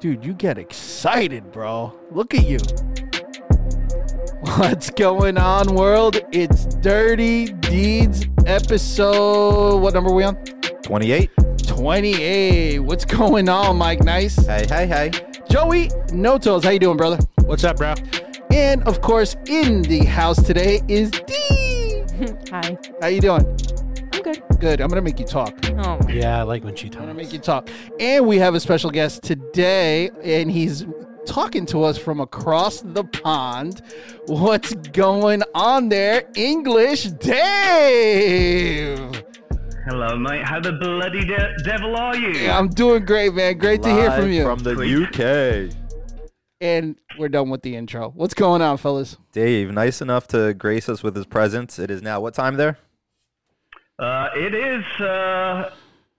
Dude, you get excited, bro. Look at you. What's going on, world? It's Dirty Deeds episode. What number are we on? 28. 28. What's going on, Mike Nice? Hey, hey, hey. Joey Notos, how you doing, brother? What's up, bro? And of course, in the house today is D. Hi. How you doing? I'm good. Good. I'm gonna make you talk. I'm Oh, Yeah, I like when she gonna talks. make you talk. And we have a special guest today, and he's talking to us from across the pond. What's going on there, English Dave? Hello, mate. How the bloody de- devil are you? I'm doing great, man. Great to hear from Live you. From the Sweet. UK. and we're done with the intro. What's going on, fellas? Dave, nice enough to grace us with his presence. It is now what time there? Uh, it is uh,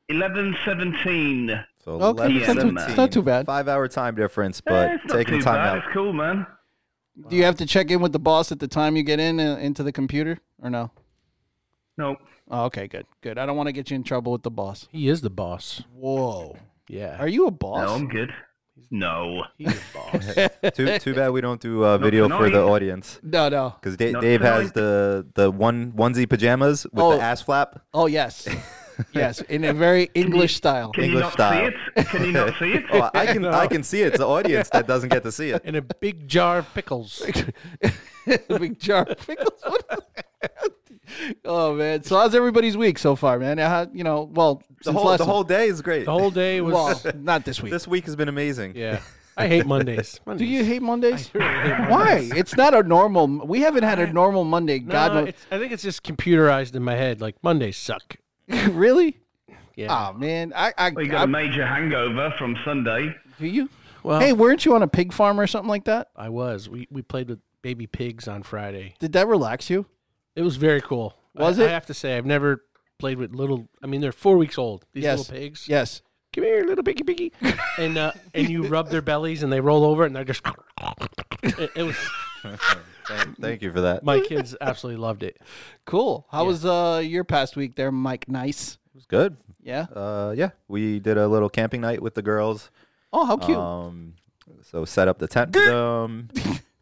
Eh, 11.17. So Okay, that's not too- it's not too bad. Five hour time difference, but Eh, it's not taking too time bad. out. It's cool, man. Do you have to check in with the boss at the time you get in uh, into the computer, or no? No. Oh, okay, good, good. I don't want to get you in trouble with the boss. He is the boss. Whoa, Yeah. are you a No, boss? I'm good. No. He's the boss. too, too bad we don't do uh, video for the tonight. audience. No, no. Because Dave, Not Dave has tonight. the, the one onesie pajamas with Oh. the ass flap. Oh yes, yes, in a very English style. Can you English not style. see it? Can you not see it? Oh, I can No. I can see it. It's the audience that doesn't get to see it. and a big jar of pickles. Big jar of pickles. What is that? oh man, so how's everybody's week so far, man? Uh, you know, well, The since whole, last the whole day is great. The whole day was. well, not this week. this week has been amazing. yeah. I hate Mondays. Do Mondays. you hate Mondays? really hate Why? It's not a normal. We haven't had a normal Monday. No, God, knows. it's, I think it's just computerized in my head. Like Mondays suck. really? Yeah. Oh man, I, I, Well, you got a I- major hangover from Sunday. do you. well, hey, weren't you on a pig farm or something like that? I was. We we played with baby pigs on Friday. Did that relax you? It was very cool. Was I, it? I have to say, I've never played with little. I mean, they're four weeks old. These Yes. little pigs. Yes. Come here, little piggy piggy. and uh, and you rub their bellies, and they roll over, and they're just. it, it was Thank, thank you for that. my kids absolutely loved it. Cool. How was uh your past week there, Mike? Nice. It was good. Yeah. Uh, yeah, we did a little camping night with the girls. Oh, how cute. Um, so set up the tent for them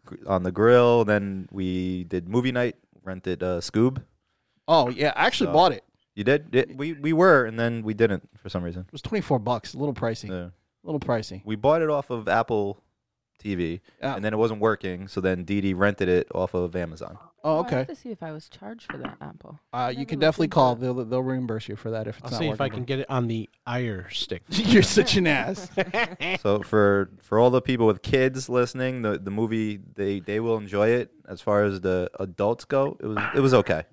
gr- on the grill. Then we did movie night. Rented uh, Scoob. oh yeah, I actually bought it. You did? It, we we were, and then we didn't for some reason. It was twenty four bucks. A little pricey. Yeah. A little pricey. We bought it off of Apple TV, Yeah. and then it wasn't working. So then Dee Dee rented it off of Amazon. Oh, I have okay. to see if I was charged for that apple. Uh, you never can looked definitely into call. it. They'll they'll reimburse you for that if it's I'll not see if I working. can get it on the ire stick. You're such an ass. So for for all the people with kids listening, the, the movie they, they will enjoy it. As far as the adults go, it was it was okay.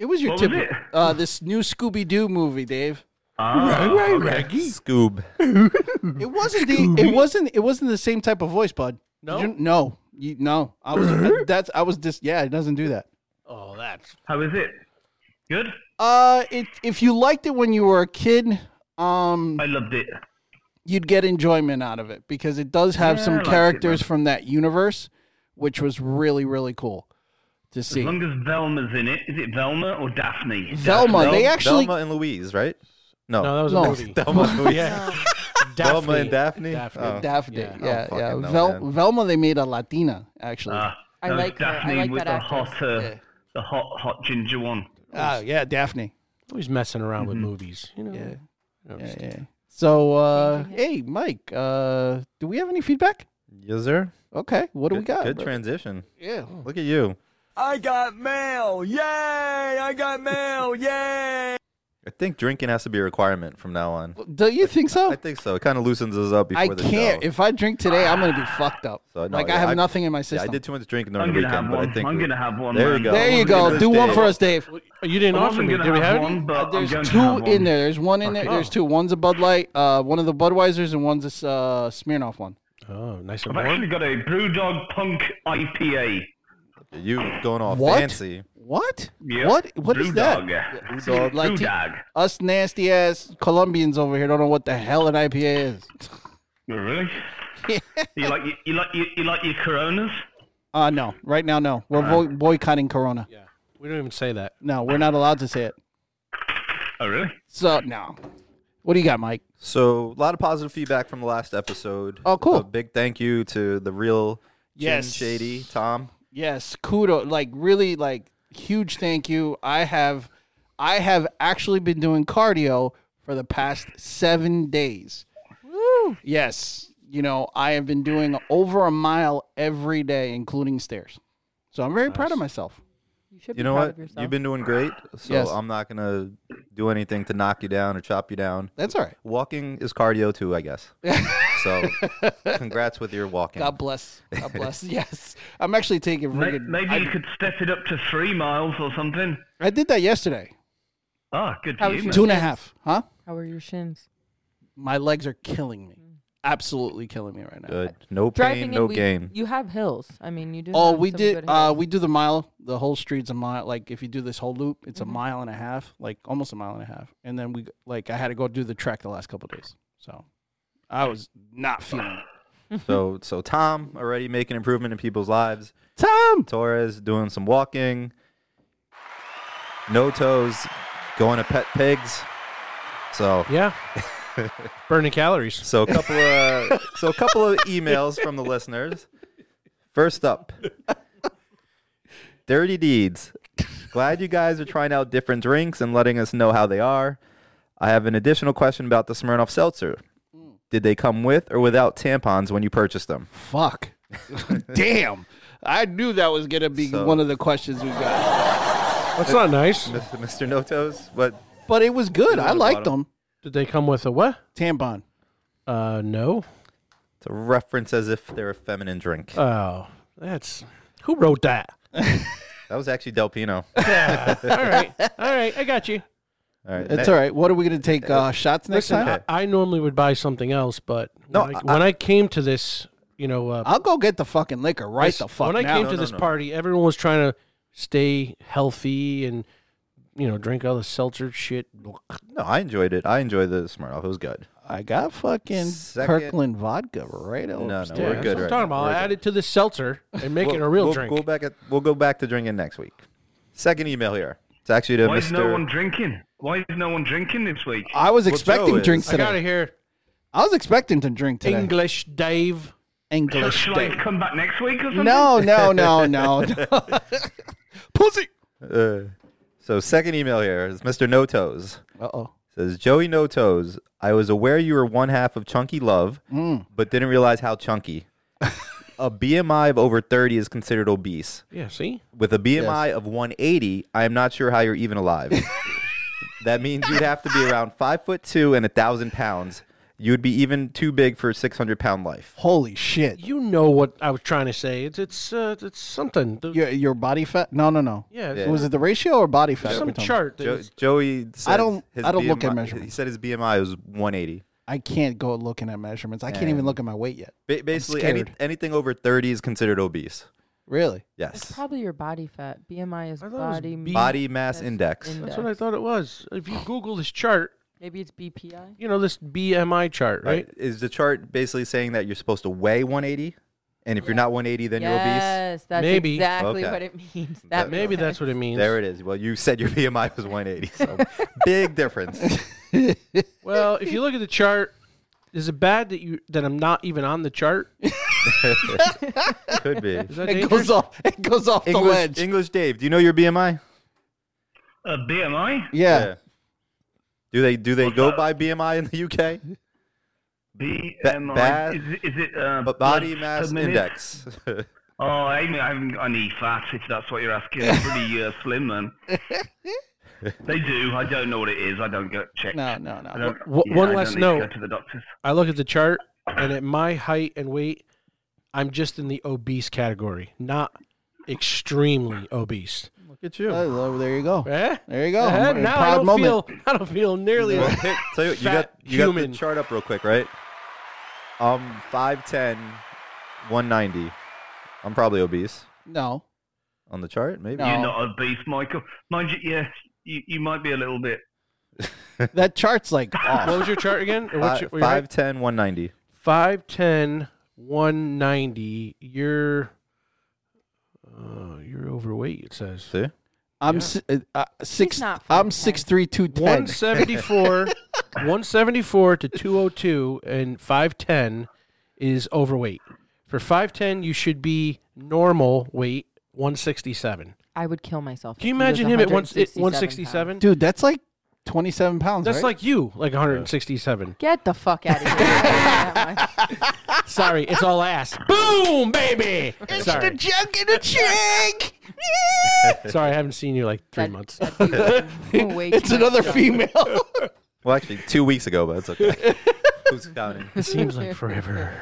It was your What was tip. it? Uh, this new Scooby Doo movie, Dave. Ah, Reggie. Scoob. It wasn't the. It wasn't. It wasn't the same type of voice, bud. No? Did you- no, you, no. I was. uh, that's. I was just. Yeah, it doesn't do that. Oh, that's How is it? Good? Uh, it, if you liked it when you were a kid, um, I loved it. you'd get enjoyment out of it because it does have Yeah, I some liked it, characters from that universe, which was really really cool to As see. long as Velma's in it. Is it Velma or Daphne? Velma, Del- they actually Delma and Louise, right? No, no, that was No. a movie. Oh, Delma and Louise. yeah, Delma Daphne. and Daphne. Daphne. Oh. Daphne, Yeah. yeah, I don't yeah. fucking know, Vel- man. Velma, they made a Latina actually. Ah, I that was like her. I Daphne like that with the actress. hot, uh, the hot, hot ginger one. oh yeah, Daphne. Always messing around with movies. You know. Yeah. I don't Mm-hmm. Yeah, understand. yeah. So, uh, Thank you. hey, Mike, uh, do we have any feedback? Yes, sir. Okay, what do we Good, got? good bro? transition. Yeah. Look at you. I got mail! Yay! I got mail! Yay! I think drinking has to be a requirement from now on. Do you think so? I think so. It kind of loosens us up before I the can't. show. Ah. If I drink today, I'm gonna be fucked up. So, no, like I yeah, have I- nothing in my yeah, I system. did too much drinking during I'm the going to weekend, have but I one. think I'm we- going to have one, There you man. go. there I you wanna go. do this, Do one Dave. for us, Dave. oh, Uh, You didn't I offer wasn't me. gonna Did we have have one, any? but I'm There's going to two have one. in there. There's one in there. Okay. There's two. One's a Bud Light, uh, one of the Budweisers, and one's a S- uh, Smirnoff one. Oh, nice and I've warm. actually got a Brewdog Punk IPA. you going all What? fancy. What? Yeah. What? What is Brewdog. that? Brewdog. Like- Us nasty ass Colombians over here don't know what the hell an IPA is. Oh, really? you like you like you, you like your Coronas? Uh no. Right now, no. We're vo- boycotting Corona. Yeah. We don't even say that. No, we're not allowed to say it. Oh, really? So no. What do you got, Mike? So a lot of positive feedback from the last episode. Oh, cool. A big thank you to the real Yes. Jim Shady Tom. Yes, kudo. Like really, like huge thank you. I have, I have actually been doing cardio for the past seven days. Woo! Yes, you know I have been doing over a mile every day, including stairs. So I'm very proud of myself. You should be You know proud what? of yourself. You've been doing great. So Yes. I'm not gonna do anything to knock you down or chop you down. That's all right. Walking is cardio too, I guess. so congrats with your walking. God bless. God bless. yes, I'm actually taking May- freaking. Maybe you I, could step it up to three miles or something. I did that yesterday. Ah, good How for was you, your mate. Two and a half, huh? How are your shins? My legs are killing me. Absolutely killing me right now. Good. No Driving pain, no in, we, gain. You have hills. I mean, you do. Oh, have we some did. good Uh, hills. we do the mile. The whole street's a mile. Like if you do this whole loop, it's Mm-hmm. a mile and a half, like almost a mile and a half. And then we like I had to go do the trek the last couple days, so I was not feeling it. so so Tom already making improvement in people's lives. Tom, Torres doing some walking. No toes, going to pet pigs. So Yeah. Burning calories. so a couple of so a couple of emails from the listeners. First up, Dirty Deeds. Glad you guys are trying out different drinks and letting us know how they are. I have an additional question about the Smirnoff Seltzer. Did they come with or without tampons when you purchased them? fuck, damn! I knew that was gonna be So- one of the questions we got, That's not nice. Mr. No Toes, what but it was good. I would've liked bought them. Did they come with a what? Tampon. Uh, no. to reference as if they're a feminine drink. Oh, that's who wrote that? That was actually Del Pino. Yeah. all right. All right. I got you. All right. It's ne- all right. What are we gonna take uh, shots next Listen, time? Okay. I, I normally would buy something else, but No, when, I, I- when I came to this, you know, uh, I'll go get the fucking liquor right the fuck when I now. came No, to no, this no. party, everyone was trying to stay healthy and you know drink all the seltzer shit. No, I enjoyed it. I enjoyed the Smirnoff. It was good. I got fucking Second- Kirkland vodka right over. no, upstairs. We're that's good what I'm right talking now. about. We're I good. added to the seltzer and make it We'll- a real we'll drink. Go back at, we'll go back to drinking next week. Second email here. It's actually to Why Mr. is no one drinking? Why is no one drinking this week? I was Well, expecting Joe is. drinks I today. got to hear I was expecting to drink today. English Dave. So English. shall day. I come back next week or something? No, no, no, no. no. Pussy. Uh, so second email here is Mr. No Toes. Uh oh. Says Joey No Toes. I was aware you were one half of Chunky Love, but didn't realize how chunky. a BMI of over 30 is considered obese. Yeah, see, With a BMI of 180, I am not sure how you're even alive. that means you'd have to be around five foot two and a thousand pounds. You would be even too big for a 600 pound life. Holy shit. you know what I was trying to say. It's it's uh, it's something. The- Your, your body fat? No, no, no. yeah, Yeah. Was it the ratio or body fat? we're some talking chart. that Jo- was- Joey, said don't- his I don't look at BMI He measurements. said his BMI was 180. about? I can't go looking at measurements. I can't Man. even look at my weight yet. Ba- basically, any, scared. anything over 30 is considered obese. Really? It's uh, Yes. probably your body fat. BMI is I thought it was body B- Body mass index. in- That's what I thought it was. If you Google this chart, Maybe it's BPI. you know this BMI chart, right? Right. Is the chart basically saying that you're supposed to weigh 180? And if you're not 180, then you're obese? Yes, that's Maybe. exactly Okay. what it means. That Maybe makes that's sense. what it means. There it is. Well, you said your BMI was 180, so big difference. Well, if you look at the chart, is it bad that you that I'm not even on the chart? Is Could be. that It dangerous? goes off. It goes off the English, ledge. English Dave, do you know your BMI? A BMI? yeah. Do they do they go by BMI in the UK? BMI. ba- is, it- is it uh, But body blood per mass minute? index. Oh, I, mean, I haven't got any fat, if that's what you're asking. I'm pretty uh, slim, man. they do. I don't know what it is. I don't go check. No, no, I no. don't, W- one I last don't need to note. Go to the doctors. I look at the chart, and at my height and weight, I'm just in the obese category, not extremely obese. Look at you. Oh, there you go. Eh? There you go. Eh? I'm in a Now I proud don't moment. feel I don't feel nearly Well, as hey, tell you, what, you got Fat you got the human. chart up real quick, right? Um, 5'10", 190. I'm probably obese No. on the chart, maybe. Oh. No. You're not obese, Michael. Mind you, yeah, you, you might be a little bit. That chart's like What off. was your chart again? Or what's Fi- your, 5'10", 190. 5'10", 190. You're uh, you're overweight. It says See? I'm si- uh, uh, six. not I'm 5'10". six three two ten. 174 174 to 202 and 510 is overweight. For 510, you should be normal weight 167. I would kill myself. Can you if he was imagine him at one, at 167 pounds. 167? Dude, that's like 27 pounds. That's right? like you, like 167. Get the fuck out of here. That much. Sorry, it's all ass. Boom, baby. Sorry. junk in a chick. Sorry, I haven't seen you like three That- months. that'd be way too it's another much. female. Well, actually, two weeks ago, but it's okay. Who's counting? It seems like forever.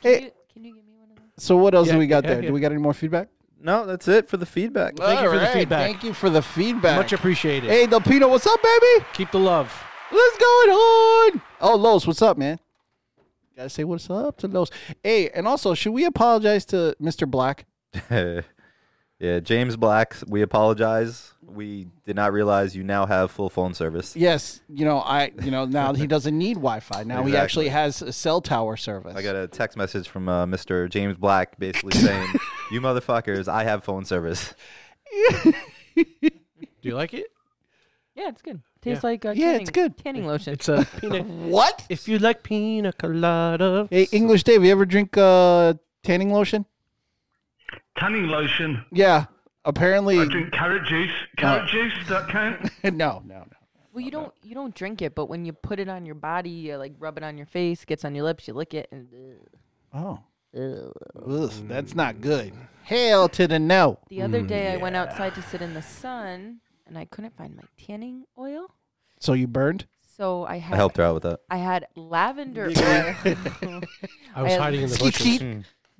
Can you, can you give me one of those? so what else Yeah, do we got yeah, there? yeah. Do we got any more feedback? No, that's it for the feedback. Thank you for the Alright, feedback. Thank you for the feedback. Much appreciated. Hey, Del Pino, what's up, baby? Keep the love. What's going on? Oh, Los, what's up, man? Gotta say what's up to Los. Hey, and also, should we apologize to Mr. Black? yeah, James Black, we apologize. We did not realize you now have full phone service. Yes, you know I, you know now he doesn't need Wi-Fi. Now he actually Exactly. has a cell tower service. I got a text message from uh, Mr. James Black basically saying, You motherfuckers, I have phone service. Do you like it? Yeah, it's good. Tastes like uh, Yeah, tanning, it's good. tanning lotion. It's a pina. what? if you like pina colada. Hey, English Dave, you ever drink uh, tanning lotion? Tanning lotion. Yeah, apparently. I drink carrot juice. Carrot juice, does that count? no, no, no. Well, you don't you don't drink it, but when you put it on your body, you like rub it on your face, gets on your lips, you lick it, and Oh, Ugh, that's not good. Hail to the no. the other day I went outside to sit in the sun, and I couldn't find my tanning oil, So you burned? so I had I helped her out with that. I had lavender oil. I was I- hiding in the Skeet bushes.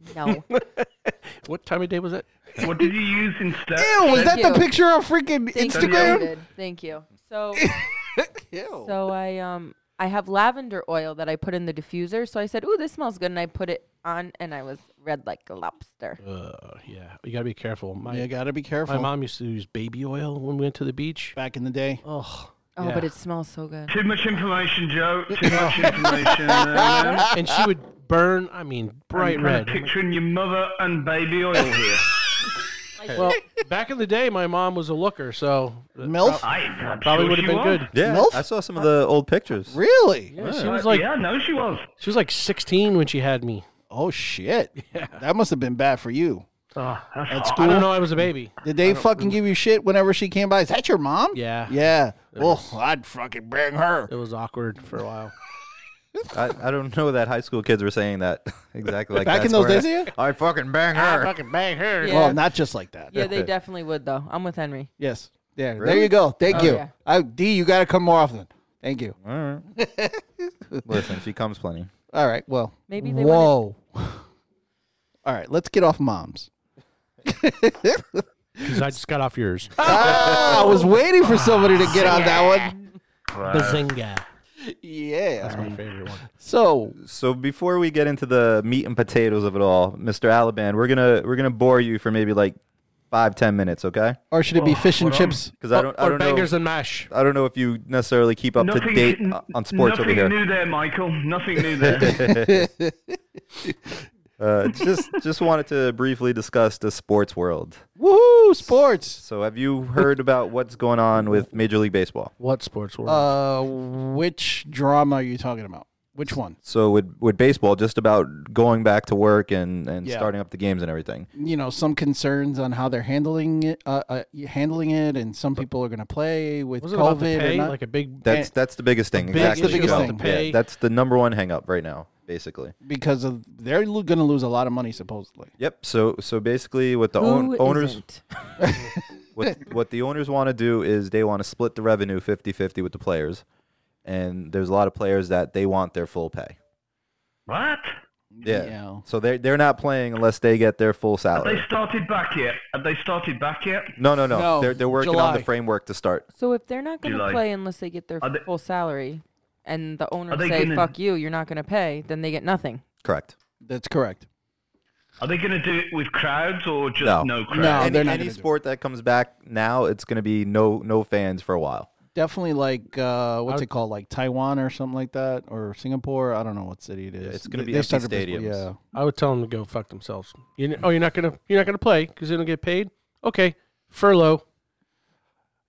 sheet. no, What time of day was it? What did you use instead? Ew, was that Thank the you. picture on freaking Thank you, Instagram? David. Thank you. So Ew. so I um I have lavender oil that I put in the diffuser. So I said, "Ooh, this smells good," and I put it on, and I was red like a lobster. Uh, yeah, you gotta be careful. My you gotta be my careful. mom used to use baby oil when we went to the beach. Back in the day. Oh, Oh, but it smells so good. Too much information, Joe. Too much information. Uh, and she would burn. I mean, bright I'm red. Picturing your mother and baby oil here. Well, back in the day, my mom was a looker, so uh, MILF? I I'm probably sure would have she been was. good. Yeah, Milf? I saw some of the old pictures. Really? Yeah, she Uh, was like yeah, no, she was. she was like 16 when she had me. Oh shit. That must have been bad for you. that's At I school. don't know. I was a baby. Did they fucking give you shit whenever she came by? Is that your mom? Yeah. Yeah. Well, I'd fucking bang her. It was awkward for a while. I, I don't know that high school kids were saying that exactly like Back that. in those Swear- days, yeah? I fucking bang her. fucking bang her. Yeah. Well, not just like that. Yeah, they definitely would though. I'm with Henry. Yes. Yeah. There Really? you go. Thank Oh, you. yeah. I, D, you gotta come more often. Thank you. All right. Listen, she comes plenty. All right. Well. Maybe they Whoa. All right. Let's get off moms. Because I just got off yours. Ah, I was waiting for somebody to get on that one. Bazinga. Yeah. That's my favorite one. So So before we get into the meat and potatoes of it all, Mr. Alaban, we're gonna we're gonna bore you for maybe like five ten minutes, okay? Or should it be fish and chips? Because I don't I or don't know bangers and mash. I don't know if you necessarily keep up to date n- uh, on sports over nothing here. new there, Michael. Nothing new there. Uh, just just wanted to briefly discuss the sports world. Woohoo! Sports. So have you heard about what's going on with Major League Baseball? What sports were? Uh, which drama are you talking about? Which one? So with with baseball, just about going back to work and and Yeah. starting up the games and everything. You know, some concerns on how they're handling it, uh, uh, handling it, and some people are going to play with was it about the COVID. pay? or not. Like a big. That's And- that's the biggest thing. big exactly. issue Joe. about the Yeah, pay. that's the number one hang up right now, basically. uh, because of they're lo- going to lose a lot of money supposedly. Yep. So so basically, what the Who own, owners isn't? what, what the owners want to do is they want to split the revenue 50-50 with the players, and there's a lot of players that they want their full pay. what? Yeah. Yeah. So they they're not playing unless they get their full Have they salary. started back yet? Have they started back yet? No, no, no. No, they're they're working on the July. framework to start. So if they're not going to Eli. play unless they get their Are they- full salary, and the owners they say gonna- "fuck you," you're not going to pay, then they get nothing. Correct. That's correct. Are they going to do it with crowds or just No. no, No. crowds? any they're not any gonna do it. sport that comes back now, it's going to be no no fans for a while. Definitely like uh, what's Out- it called? Like Taiwan or something like that, or Singapore. I don't know what city it is. it's gonna They- be they empty started baseball- stadiums. Yeah. I would tell them to go fuck themselves. You know, oh, you're not gonna you're not gonna play because they don't get paid. Okay, furlough.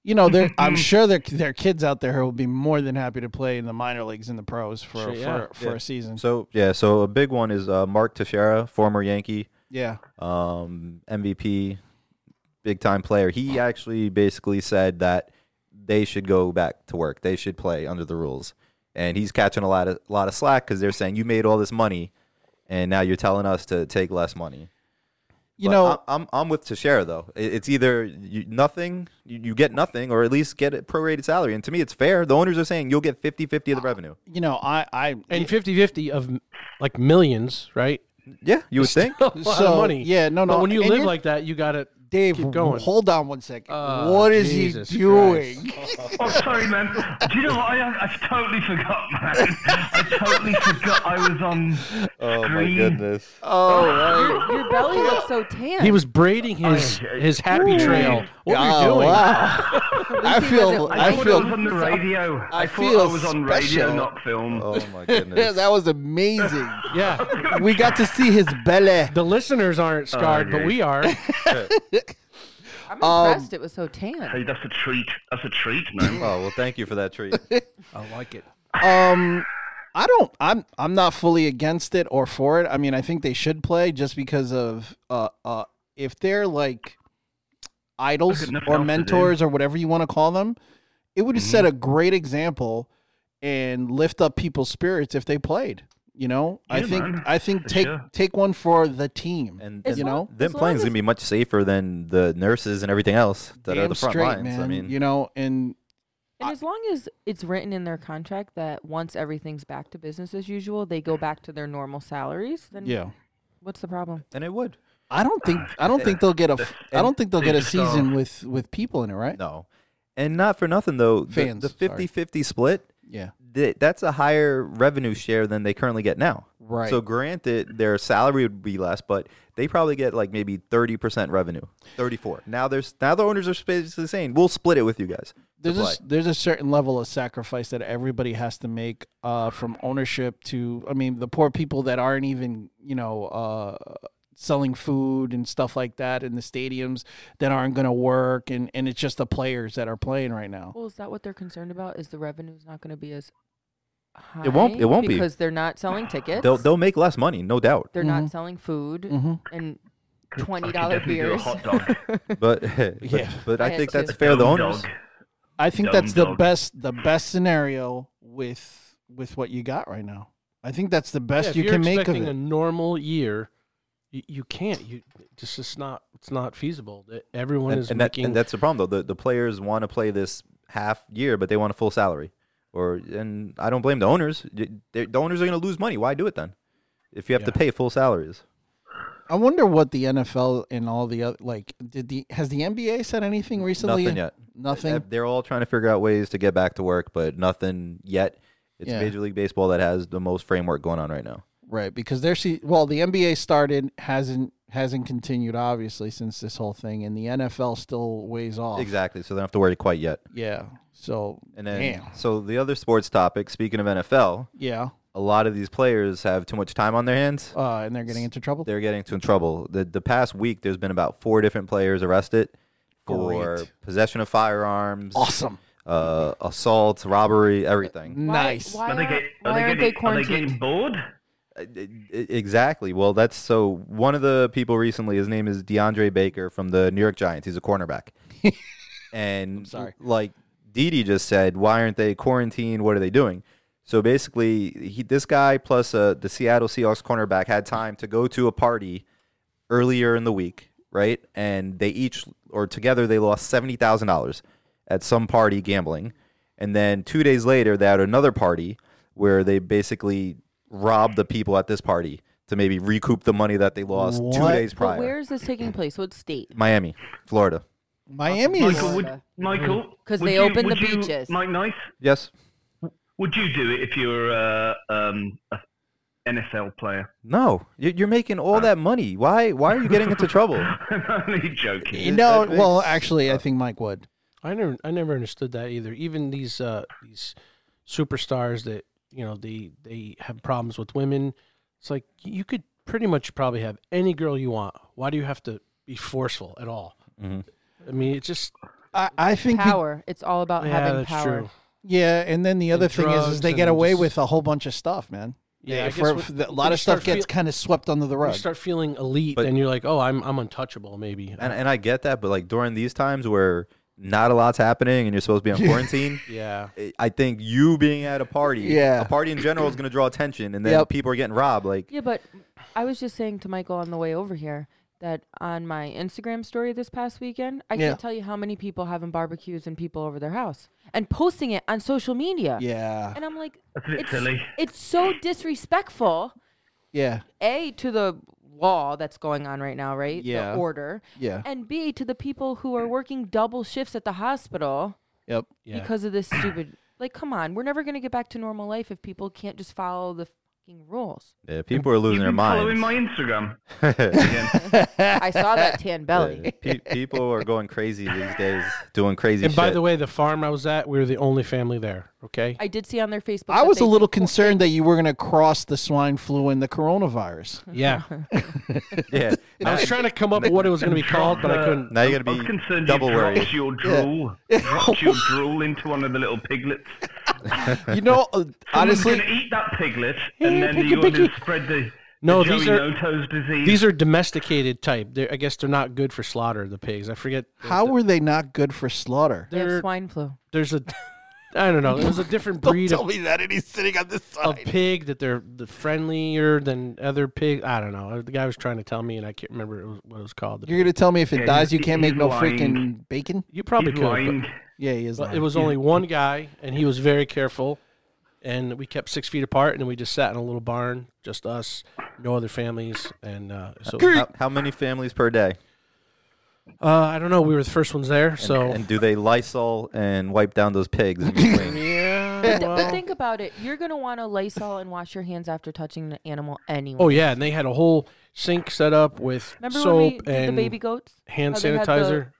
you know, there I'm sure there there are kids out there who will be more than happy to play in the minor leagues and the pros for Sure, yeah. for, for a season. So yeah, so a big one is uh, Mark Teixeira, former Yankee, yeah. um, MVP, big time player. He actually basically said that they should go back to work. They should play under the rules, and he's catching a lot of lot of slack because they're saying you made all this money, and now you're telling us to take less money. You But know, I- I'm I'm with Teixeira though. It- It's either you, nothing, you, you get nothing, or at least get a prorated salary. And to me, it's fair. The owners are saying you'll get 50-50 of the revenue. you know, I I and 50-50 of like millions, right? Yeah, you would think. a lot of So, money. yeah, no, But no, when you and live you're- like that, you got to Dave, keep going. hold on one second. Oh, what is Jesus he doing? Oh, sorry, man. Do you know what? I, I totally forgot, man. I totally forgot I was on. Oh Green. Oh, right. Your, your belly looks so tan. He was braiding his his happy trail. What are you Oh, doing? Wow. I feel I, I thought I was feel on the radio. I, thought feel I was on radio, special. not film. Oh my yeah, goodness. that was amazing. Yeah, we got to see his belly. the listeners aren't scarred, but yeah. we are. I'm impressed um, it was so tan. Hey, that's a treat. That's a treat, man. Oh well, thank you for that treat. I like it. Um, I don't. I'm. I'm not fully against it or for it. I mean, I think they should play just because of uh uh if they're like idols There's nothing or else to do. Mm-hmm. mentors or whatever you want to call them, it would set a great example and lift up people's spirits if they played. You know, I Yeah, think man. I think For take sure. take one for the team. And As you long- know? them as long playing is as- gonna be much safer than the nurses and everything else that are Damn the front straight, lines. man. I mean, you know, and And as long as it's written in their contract that once everything's back to business as usual, they go back to their normal salaries, then yeah. what's the problem? and it would. I don't think I don't think they'll get a f- I don't think they'll they get a just don't. season with with people in it, right? No, and not for nothing though. the- Fans, the sorry. 50-50 split. Yeah. th- That's a higher revenue share than they currently get now. Right. So granted, their salary would be less, but they probably get like maybe thirty percent revenue, thirty-four. Now there's now the owners are basically saying we'll split it with you guys. to there's play." a, there's a certain level of sacrifice that everybody has to make uh, from ownership to I mean the poor people that aren't even you know uh, selling food and stuff like that in the stadiums that aren't going to work and and it's just the players that are playing right now. Well, is that what they're concerned about? Is the revenue's not going to be as high? It won't- it won't be. because they're not selling tickets. They'll they'll Mm-hmm. make less money, no doubt. they're not selling food and twenty dollar definitely do a beers. hot dog. But but, Yeah. but I Yeah, think it's that's just- fair. The Dumb owners. dog. I think Dumb that's the dog. best the best scenario with with what you got right now. I think that's the Yeah, best if you you're can make of expecting it. a normal year, you, you can't. You just it's not it's not feasible. That everyone and, is and that, making. and that's the problem though. The, the players want to play this half year, but they want a full salary. Or and I don't blame the owners. Y- they- The owners are going to lose money. Why do it then? If you have to Yeah. pay full salaries, I wonder what the NFL and all the other like did the has the NBA said anything recently? nothing yet. Nothing. They're all trying to figure out ways to get back to work, but nothing yet. It's Yeah. Major League Baseball that has the most framework going on right now. Right, because they're see well, the NBA started hasn't hasn't continued obviously since this whole thing, and the NFL still weighs off. Exactly. So they don't have to worry quite yet. Yeah. So And then, damn. so the other sports topic. Speaking of NFL, Yeah. a lot of these players have too much time on their hands. Uh, and they're getting into trouble. they're getting into trouble. The the past week, there's been about four different players arrested for Great. possession of firearms, awesome. uh, assault, robbery, everything. Why- nice. Why, Are they, are, get, why are, aren't they they getting, are they getting quarantined? bored? I- I- e, Exactly. Well, that's so. One of the people recently, his name is DeAndre Baker from the New York Giants. He's a cornerback, and sorry. like Didi just said, why aren't they quarantined? What are they doing? So basically, he, this guy plus uh, the Seattle Seahawks cornerback had time to go to a party earlier in the week, right? And they each or together they lost seventy thousand dollars at some party gambling, and then two days later they had another party where they basically robbed the people at this party to maybe recoup the money that they lost two What? days But where prior. is this taking place? What state? Miami, Florida. Miami is Michael, would, Mm. Michael, 'Cause would they you- opened would the you- beaches. Mike Nice, Yes. would you do it if you were uh, um, a NFL player? No. You- You're making all that money. Why? Why are you getting into trouble? I'm only joking. you know that makes- well actually I think Mike would. I never I never understood that either. Even these uh, these superstars that you know they they have problems with women. It's like you could pretty much probably have Mm-hmm. any girl you want. Why do you have to be forceful at all? I mean, it's just I, I think be- Uh, power. It's all about Yeah, having that's power. true. Yeah, and then the other thing is, drugs is they and get away just- with a whole bunch of stuff, man. Yeah, I Yeah, guess for, when- for the- a when lot you of stuff start feel- gets kind of swept under the You rug. start feeling elite, But- and you're like, oh, I'm I'm untouchable. Maybe. And, and I get that, but like during these times where not a lot's happening and you're supposed to be on quarantine, yeah. I- I think you being at a party, Yeah. a party in general is going to draw attention, and then Yep. people are getting robbed. Like, Yeah, but I was just saying to Michael on the way over here that on my Instagram story this past weekend, I Yeah. can't tell you how many people having barbecues and people over their house and posting it on social media. yeah, And I'm like, That's a bit it's, silly. it's so disrespectful, yeah, A, to the law that's going on right now, right? Yeah. The order. yeah. And B, to the people who are working double shifts at the hospital Yep. Yeah. because of this stupid. Like, come on, we're never going to get back to normal life if people can't just follow the fucking rules. yeah, people are losing You've their been following minds. my Instagram. I saw that tan belly. Yeah, pe- people are going crazy these days, doing crazy. And by shit. the way, the farm I was at, we were the only family there. Okay. I did see on their Facebook. I that was a they- little concerned that you were going to cross the swine flu and the coronavirus. Yeah. yeah, I was trying to come up with what it was going to be called, but I couldn't. now you're I going was to be concerned double you dropped worried. your drool, dropped your drool into one of the little piglets. You know, uh, honestly, Someone's gonna eat that piglet, Hey, and then picky, you're going picky. to spread the, No, the these Joey are- No-Toes disease. These are domesticated type. They're, I guess they're not good for slaughter. The pigs. I forget. the- how the- were they not good for slaughter? They have there- swine flu. There's a. I don't know. There's a different breed of, me that, and he's sitting on this of pig that they're the friendlier than other pig. I don't know. The guy was trying to tell me, and I can't remember it was- what it was called. You're going to tell me if it Yeah, dies, you he's- can't he's make no lying. freaking bacon? You probably He's could. but- lying. Yeah, he is. But it lying. was only one guy, and he was very careful. And we kept six feet apart, and we just sat in a little barn, just us, no other families. And uh, so, uh, How, how many families per day? I don't know. We were the first ones there, so And do they Lysol and wipe down those pigs? In between? yeah. Th- but Well, think about it. You're gonna want to Lysol and wash your hands after touching the animal anyway. oh yeah, and they had a whole sink set up with Remember when we soap did and the baby goats? hand how they had the- sanitizer.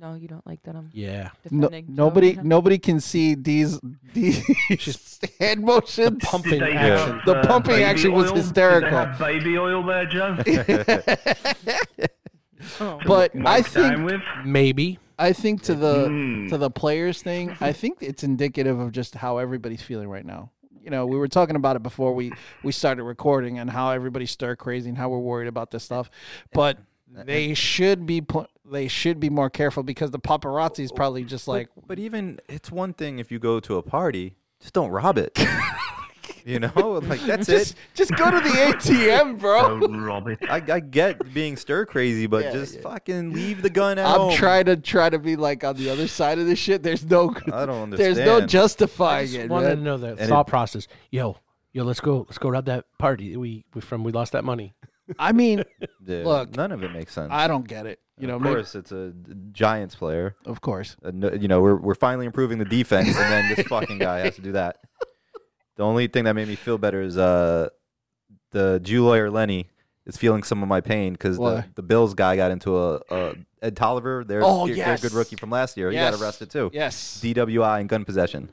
No, you don't like that. I'm Yeah, No, defending. Joe nobody, right now. nobody can see these these hand motions. pumping Did they action. have, uh, The pumping baby action was oil? Did they hysterical. have baby oil there, Joe? But I Wipe down think with? Maybe I think to the Mm. to the players thing, I think it's indicative of just how everybody's feeling right now. You know, we were talking about it before we we started recording and how everybody's stir crazy and how we're worried about this stuff. But they should be pl- they should be more careful because the paparazzi is probably just like but, but even it's one thing if you go to a party, just don't rob it. you know, like that's just it. just go to the ATM, bro. Don't rob it. I, I get being stir crazy, but Yeah, just yeah. fucking leave the gun at home. I'm trying to try to be like on the other side of this shit. There's no I don't There's no understand. justifying I just it. wanted man. to know that And thought it- process. Yo, yo, let's go, let's go to that party. We, we from we lost that money. I mean, Yeah, Look, none of it makes sense. I don't get it. You know, of maybe- course, it's a d- Giants player. of course. a Uh, no- you know, we're, we're finally improving the defense, and then this fucking guy has to do that. The only thing that made me feel better is uh, the Jew lawyer Lenny is feeling some of my pain because the, Why? the Bills guy got into a, a Ed Tolliver, their, Oh, their- their yes. good rookie from last year. He Yes. got arrested too. Yes. DWI and gun possession.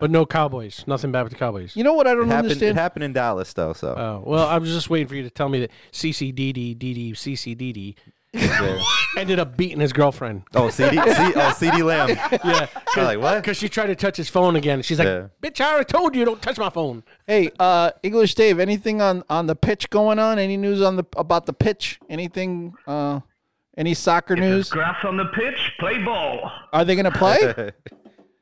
But no Cowboys. Nothing bad with the Cowboys. You know what I It don't happened, it understand? happened in Dallas though, so Oh well, I was just waiting for you to tell me that CCDD DD CCDD yeah. ended up beating his girlfriend. oh CD, C, oh CD Lamb. Yeah, I'm like what? because she tried to touch his phone again. She's like, Yeah. "Bitch, I already told you, don't touch my phone." Hey, uh, English Dave, anything on, on the pitch going on? Any news on the about the pitch? Anything? Uh, any soccer There's news? grass on the pitch. Play ball. Are they going to play?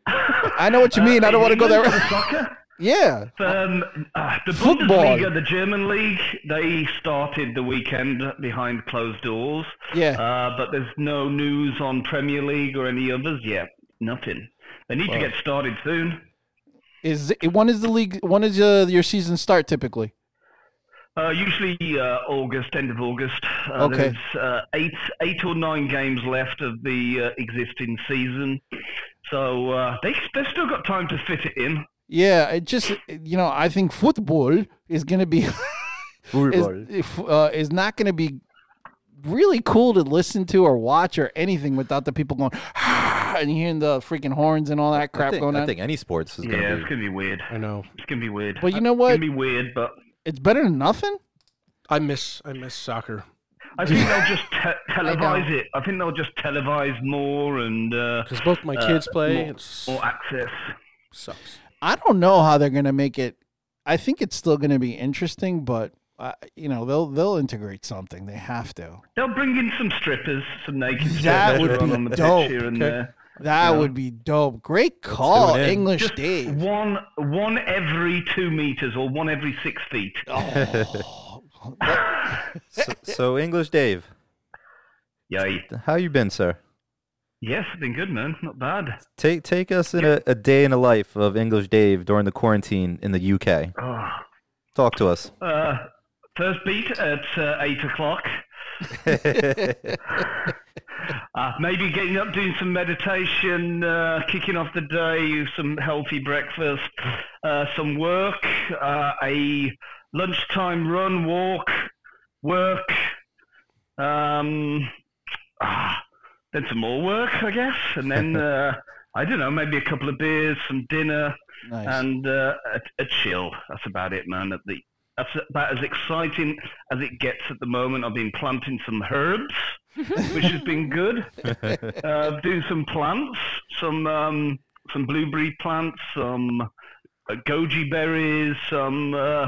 I know what you mean. I don't want to go England there. for Soccer. Yeah. Um, uh, the Football. Bundesliga, the German league, they started the weekend behind closed doors. Yeah. Uh, but there's no news on Premier League or any others yet. Nothing. They need to get started soon. Is it- when is the league? When is uh, your season start typically? Uh, usually uh, August, end of August. Uh, Okay. There's uh, eight, eight or nine games left of the uh, existing season, so uh, they they've still got time to fit it in. Yeah, it just you know I think football is going to be is, if, uh, is not going to be really cool to listen to or watch or anything without the people going and hearing the freaking horns and all that I crap think, going I on. think any sports is Yeah, gonna be it's gonna be weird. I know. It's gonna be weird. But you know it's what? gonna be weird, but It's better than nothing. I miss I miss soccer. I think they'll just te- televise don't. it. I think they'll just televise more and uh, because both my kids play. more, it's more access. sucks. I don't know how they're gonna make it. I think it's still gonna be interesting, but uh, you know they'll they'll integrate something. They have to. They'll bring in some strippers, some naked strippers That would run be on the dope. pitch here and Okay. there. That Yeah. would be dope. Great call, do it in. English Just Dave. one, one every two meters or one every six feet. Oh. So, so English Dave, Yay! how you been, sir? Yes, it's been good, man. Not bad. Take take us in a, a day in the life of English Dave during the quarantine in the UK. Oh. Talk to us. Uh, first beat at uh, eight o'clock. uh, maybe getting up, doing some meditation, uh, kicking off the day, some healthy breakfast, uh, some work, uh, a lunchtime run, walk, work, um, ah, then some more work, I guess, and then uh, I don't know, maybe a couple of beers, some dinner Nice. and uh, a, a chill. That's about it, man. At the that's about as exciting as it gets at the moment. I've been planting some herbs, which has been good. Uh, doing some plants, some um, some blueberry plants, some uh, goji berries, some uh,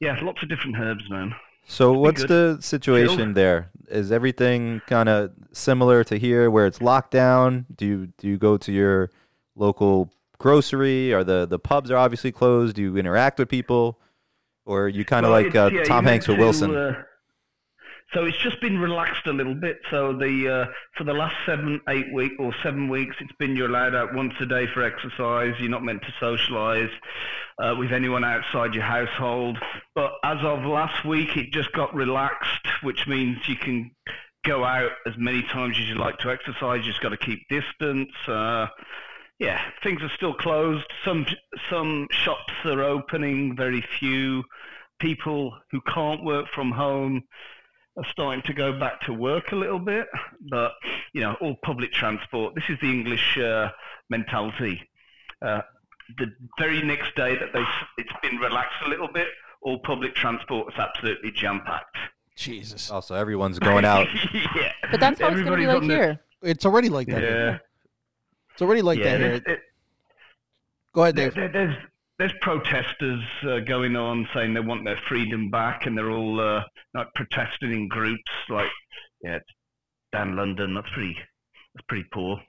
yeah, lots of different herbs, man. So what's good. the situation Chilled. there? Is everything kind of similar to here, where it's lockdown? Do you do you go to your local grocery? Or the the pubs are obviously closed? Do you interact with people, or are you kind of Well, like uh, it's- yeah, Tom you Hanks need with to, Wilson? uh, so it's just been relaxed a little bit. So the uh, for the last seven, eight week or seven weeks, it's been you're allowed out once a day for exercise. You're not meant to socialise uh, with anyone outside your household. But as of last week, it just got relaxed, which means you can go out as many times as you like to exercise. You just got to keep distance. Uh, yeah, things are still closed. Some some shops are opening, very few people who can't work from home are starting to go back to work a little bit, but you know, all public transport. This is the English uh, mentality. Uh, the very next day that they s- it's been relaxed a little bit, all public transport is absolutely jam packed. Jesus, Also, everyone's going out. yeah, But that's how it's going to be Everybody's like on the- here. it's already like that. Yeah, It's already like yeah. that here. there's- there- Go ahead, there- Dave. there- There's there's protesters uh, going on saying they want their freedom back, and they're all uh, like protesting in groups. Like, yeah, down London, that's pretty that's pretty poor.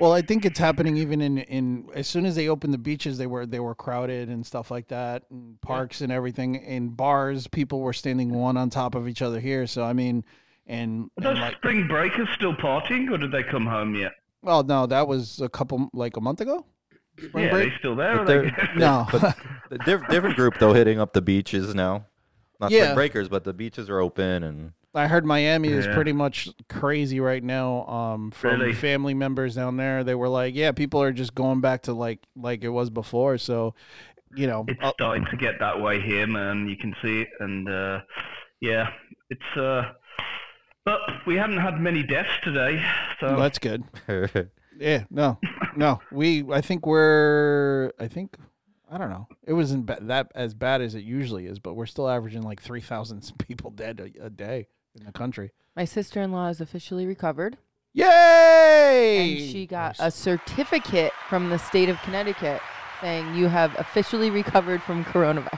Well, I think it's happening even in in as soon as they opened the beaches, they were they were crowded and stuff like that, and parks and everything, and bars. People were standing one on top of each other here. So I mean, and, Are and those like, spring breakers still partying, or did they come home yet? well, no, that was a couple like a month ago. Spring yeah, break? they still there. But Are they? they're- No, but the diff- different group though hitting up the beaches now. Not the Yeah. breakers, but the beaches are open and I heard Miami is Yeah. pretty much crazy right now. Um, from Really? family members down there, they were like, "Yeah, people are just going back to like like it was before." So, you know, it's uh, starting to get that way here, man. You can see it, and uh, yeah, it's. Uh, but we haven't had many deaths today, so that's good. Yeah, no, no. We, I think we're, I think, I don't know. It wasn't ba- that as bad as it usually is, but we're still averaging like three thousand people dead a, a day in the country. My sister in law is officially recovered, Yay! and she got a certificate from the state of Connecticut saying you have officially recovered from coronavirus.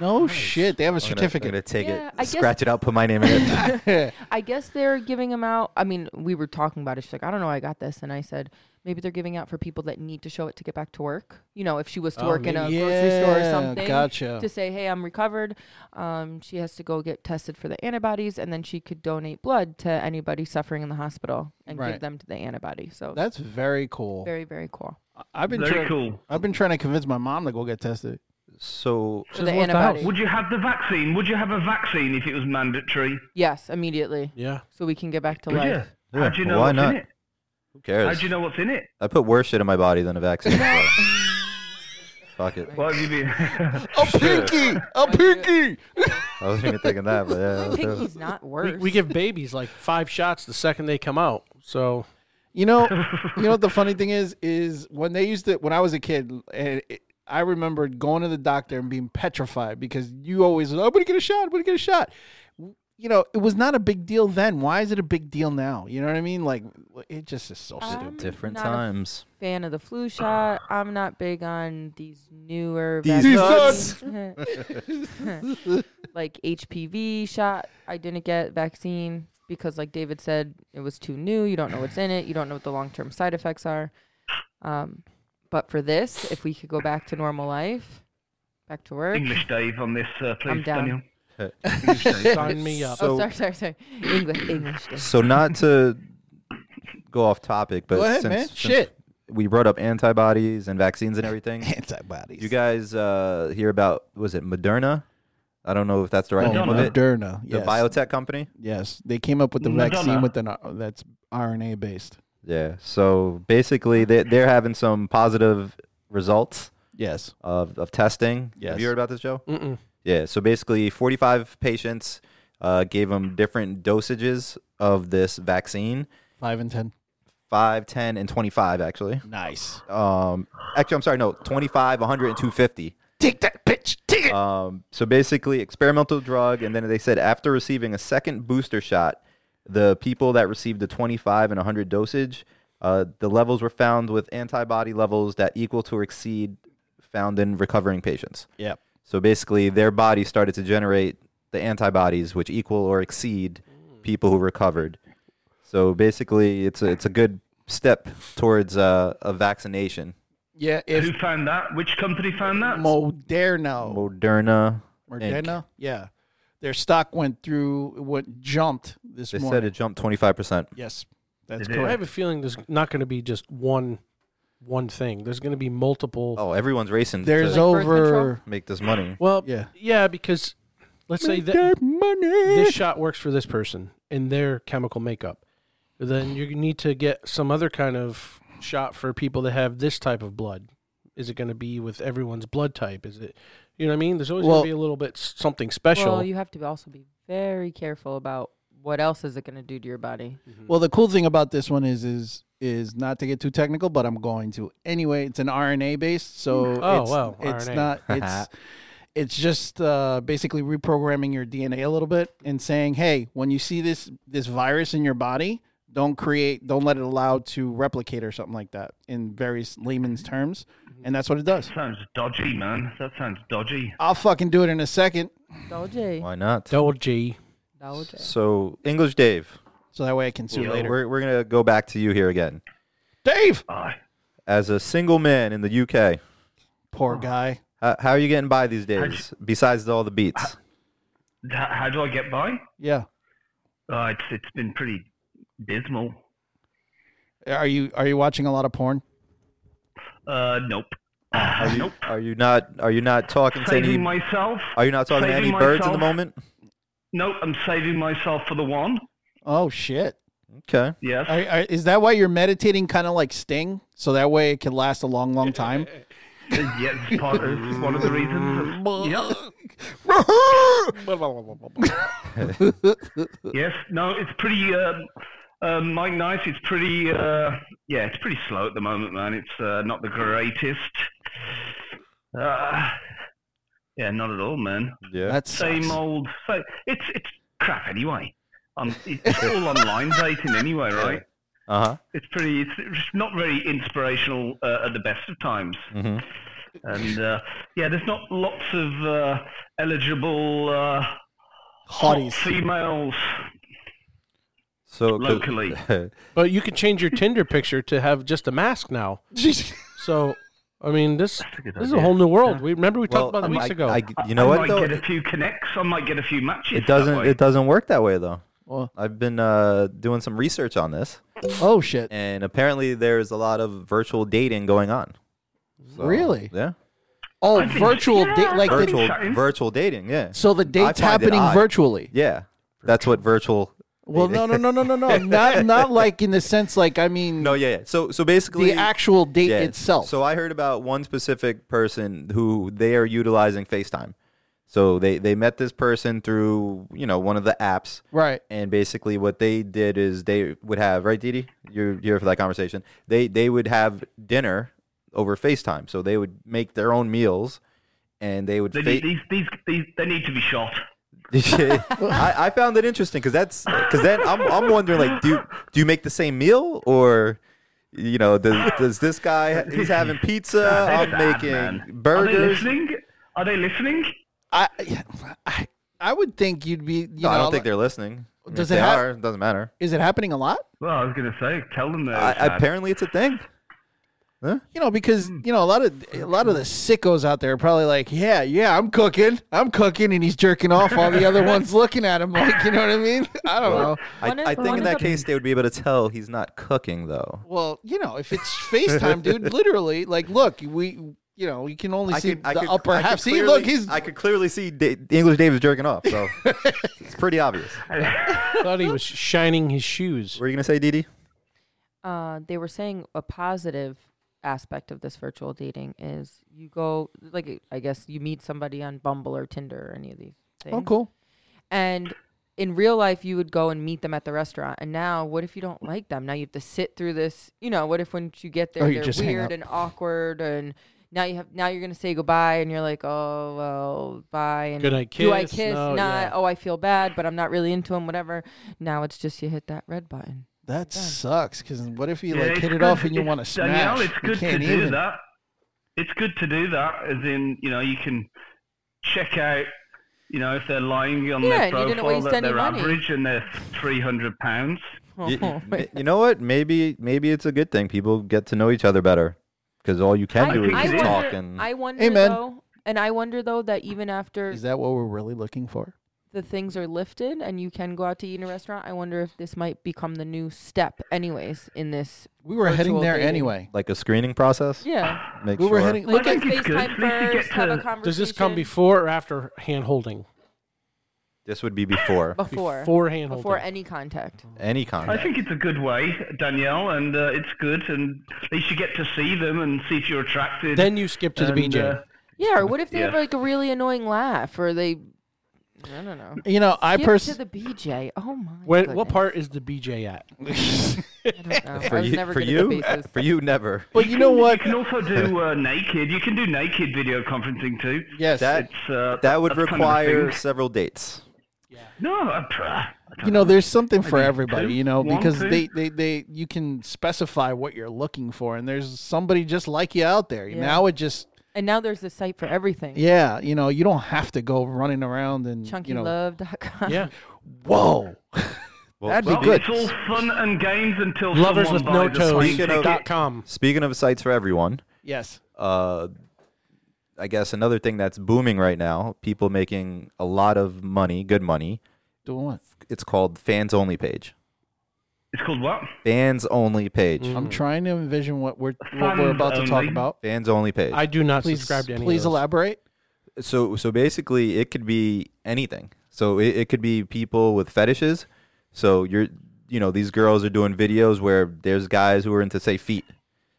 no shit. They have a I'm gonna- I'm certificate. gonna take Yeah, it, I guess- scratch it out, put my name in it. I guess they're giving them out. I mean, we were talking about it. She's like, I don't know, I got this, and I said maybe they're giving out for people that need to show it to get back to work. You know, if she was to Oh, work in a maybe. grocery Yeah, store or something, gotcha. to say, hey, I'm recovered. Um, she has to go get tested for the antibodies, and then she could donate blood to anybody suffering in the hospital and Right. give them to the antibody. So That's very cool. very, very cool. I- I've been very trying. cool. I've been trying to convince my mom to go get tested. So For the Just left the house. antibody. Would you have the vaccine? Would you have a vaccine if it was mandatory? Yes, immediately, Yeah, so we can get back to Would life. you? How do you Yeah, know why what's not? in it? who cares? How do you know what's in it? I put worse shit in my body than a vaccine. so. Fuck it. Why have you been? A pinky, a pinky. I wasn't even thinking that, but yeah. let's do it. Pinky's not we, worse. we give babies like five shots the second they come out. So You know, you know what the funny thing is is when they used to when I was a kid, and it, I remember "Oh, going to the doctor and being petrified because you always I'm gonna get a shot, I'm gonna get a shot. you know, it was not a big deal then. Why is it a big deal now? You know what I mean? Like, it just is so Um, stupid. Different not a- times. Fan of the flu shot. I'm not big on these newer These vaccines. like HPV shot. I didn't get vaccine because, like David said, it was too new. You don't know what's in it. You don't know what the long term side effects are. Um, but for this, if we could go back to normal life, back to work. English Dave on this, uh, please, I'm down. Daniel. Sign me up. oh, So- sorry, sorry, sorry. English, English. Day. So not to go off topic, but Go ahead, since, man. since Shit. we brought up antibodies and vaccines and everything. Antibodies. You guys uh, hear about was it Moderna? I don't know if that's the right name of Moderna. it. Moderna. The Yes. biotech company. yes. They came up with the vaccine Moderna. with an R- that's RNA based. Yeah. So basically, they they're having some positive results Yes. of of testing. Yes. Have you heard about this, Joe? Mm-mm. Yeah. So basically, 45 patients uh, gave them different dosages of this vaccine. Five and ten. 5, 10, and 25 actually. Nice. Um, actually, I'm sorry, no, 25, 100, and 250. Take that, bitch. Take it. Um, so basically, experimental drug, and then they said after receiving a second booster shot, the people that received the 25 and 100 dosage, uh, the levels were found with antibody levels that equal to or exceed found in recovering patients. Yep. So basically, their body started to generate the antibodies which equal or exceed Mm. people who recovered. So basically, it's a, it's a good step towards uh, a vaccination. Yeah. Who If found that? Which company found that? Moderna. Moderna. Inc. Moderna. Yeah. Their stock went through what jumped this They morning. said it jumped 25%. yes. That's They did. I correct. have a feeling there's not going to be just one one thing. There's going to be multiple. Oh, everyone's racing There's to Like birth over make this money. Well, Yeah. yeah, because let's say that this shot works for this person and their chemical makeup. Then you need to get some other kind of shot for people that have this type of blood. Is it going to be with everyone's blood type? Is it, you know what I mean? There's always Well- going to be a little bit s- something special. Well, you have to be- also be very careful about what else is it going to do to your body. Mm-hmm. Well, the cool thing about this one is is is not to get too technical, but I'm going to anyway. It's an RNA based, so Oh, it's, wow, it's RNA. not it's it's just uh, basically reprogramming your DNA a little bit and saying, hey, when you see this this virus in your body, don't create, don't let it allow to replicate or something like that in various layman's Mm-hmm. terms, and that's what it does. sounds dodgy, man. That sounds dodgy. I'll fucking do it in a second, Dolce. Why not? Double G. Dolce. So, English Dave, so that way I can see it later. we're, we're going to go back to you here again. Dave, Aye. As a single man in the UK, poor guy. how, how are you getting by these days besides all the beats? H- How do I get by? Yeah, Uh, it's it's been pretty dismal. are you are you watching a lot of porn? Uh, nope. Are you, nope. are you not are you not talking to any Saving myself. Are you not talking to any saving birds in the myself. moment? Nope, I'm saving myself for the one. Oh shit. Okay. Yes. Are, are, is that why you're meditating kind of like Sting? So that way it can last a long, long time? yeah, it's part of, it's one of the reasons. Yep. Yes. No, it's pretty. Um, um, Mike Nice, it's pretty. Uh, yeah, it's pretty slow at the moment, man. It's uh, not the greatest. Uh, yeah, not at all, man. Yeah. That's Same old. So it's it's crap anyway. Um, it's all online dating anyway, right? Uh huh. It's pretty. It's, it's not very inspirational uh, at the best of times. Mhm. And uh, yeah, there's not lots of uh, eligible uh, hot hotties. females. So Locally. But you can change your Tinder picture to have just a mask now. So, I mean, this good this is a idea. whole new world. We remember we well, talked about it um, weeks I- ago. I- you I know what might though? get a few connects. I might get a few matches. It doesn't That way. it doesn't work that way though. Well- I've been uh, doing some research on this, Oh, shit. and apparently there's a lot of virtual dating going on. So, Really? uh, Yeah. Oh, think- virtual date. Like the, Virtual Chatting? virtual dating. Yeah. so the date's find it happening odd. virtually. Yeah. That's what virtual. Well, no, no, no, no, no, no. Not, not like in the sense, like, I mean, No. Yeah. yeah. So so basically the actual date yeah. itself. So I heard about one specific person who they are utilizing FaceTime. So they they met this person through you know one of the apps. right. and basically what they did is they would have right Didi you're here for that conversation they they would have dinner over FaceTime so they would make their own meals and they would They fa- need, these, these, these, they need to be shot. I, I found it interesting because that's because then I'm, I'm wondering like do do you make the same meal or you know does, does this guy he's having pizza Uh, I'm That's sad, making man. Are they burgers listening? Are they listening? I, I, I would think you'd be. You no, know, I don't think they're listening I mean, Does if it they have- are it doesn't matter Is it happening a lot? Well, I was going to say, tell them that. I, apparently it's a thing Huh? You know, because you know a lot of a lot of the sickos out there are probably like, yeah, yeah, I'm cooking, I'm cooking, and he's jerking off while the other one's looking at him, like, you know what I mean? I don't know. I, One of- I think one in of that the- case they would be able to tell he's not cooking though Well, you know, if it's FaceTime, dude, literally, like, look, we, you know, you can only see the upper I half. See, clearly- look, he's. I could clearly see da- English David's jerking off so it's pretty obvious thought he was shining his shoes. what are you gonna say Didi uh, they were saying a positive aspect of this virtual dating is you go like I guess you meet somebody on Bumble or Tinder or any of these things. oh, cool. And in real life, you would go and meet them at the restaurant. And now, what if you don't like them? Now you have to sit through this. You know, what if when you get there, Oh, you they're just hang up. weird and awkward, and now you have now you're gonna say goodbye, and you're like, oh well, bye. And Good night, Do I kiss? kiss? No, not. yeah. Oh, I feel bad, but I'm not really into him. Whatever. Now it's just you hit that red button. That sucks. Because what if you Yeah, like it's hit it good- off and you it's- want to Danielle, smash? it's You good to can't do even. that. It's good to do that, as in, you know, you can check out, you know, if they're lying on Yeah, their and you didn't profile waste that any they're money. average and they're three hundred pounds. Oh, you, my ma- you know what? Maybe maybe it's a good thing. People get to know each other better because all you can I do is think just it is. talk and I wonder Amen. though, and I wonder though that even after Is that what we're really looking for? the things are lifted and you can go out to eat in a restaurant, I wonder if this might become the new step, anyways, in this. We were heading Virtual there dating. anyway. like a screening process. Yeah, Make We were sure. heading. Look at like let's think it's FaceTime good. At least you get first, have a to- conversation. Does this come before or after hand holding? This would be before Before, before, Before hand holding. any contact. any I contact. think it's a good way, Danielle, and uh, it's good, and at least you get to see them and see if you're attracted. Then you skip to the And, BJ. uh, Yeah, or what if they have Yeah. like a really annoying laugh, or they, I don't know. You know, I Skip personally. to the BJ. Oh my. When, what goodness. part is the BJ at? I don't know. for I was you, never for good at you, the bases. for you, never. But you know what? You can also do uh, naked. You can do naked video conferencing too. Yes. That It's, uh, that would that's kind of a require thing. several dates. no, uh, I, I don't you know, there's something for think everybody, two, you know, one, because two. they, they, they, you can specify what you're looking for, and there's somebody just like you out there. Yeah. Now it just, And now there's this site for everything. yeah, you know, you don't have to go running around and, you know, ChunkyLove.com. Yeah. whoa, Well, that'd well, be good. It's all fun and games until Lovers with someone no buys a plane toes. Speaking of- dot ticket. com. Speaking of sites for everyone, Yes, uh, I guess another thing that's booming right now, people making a lot of money, good money. doing what? It's called fans only page. It's called what? Fans only page. Mm. I'm trying to envision what we're what we're about to talk Only. about. Fans only page. I do not Please, subscribe to any. please of those. elaborate. so so basically it could be anything so it, it could be people with fetishes so you're you know these girls are doing videos where there's guys who are into say feet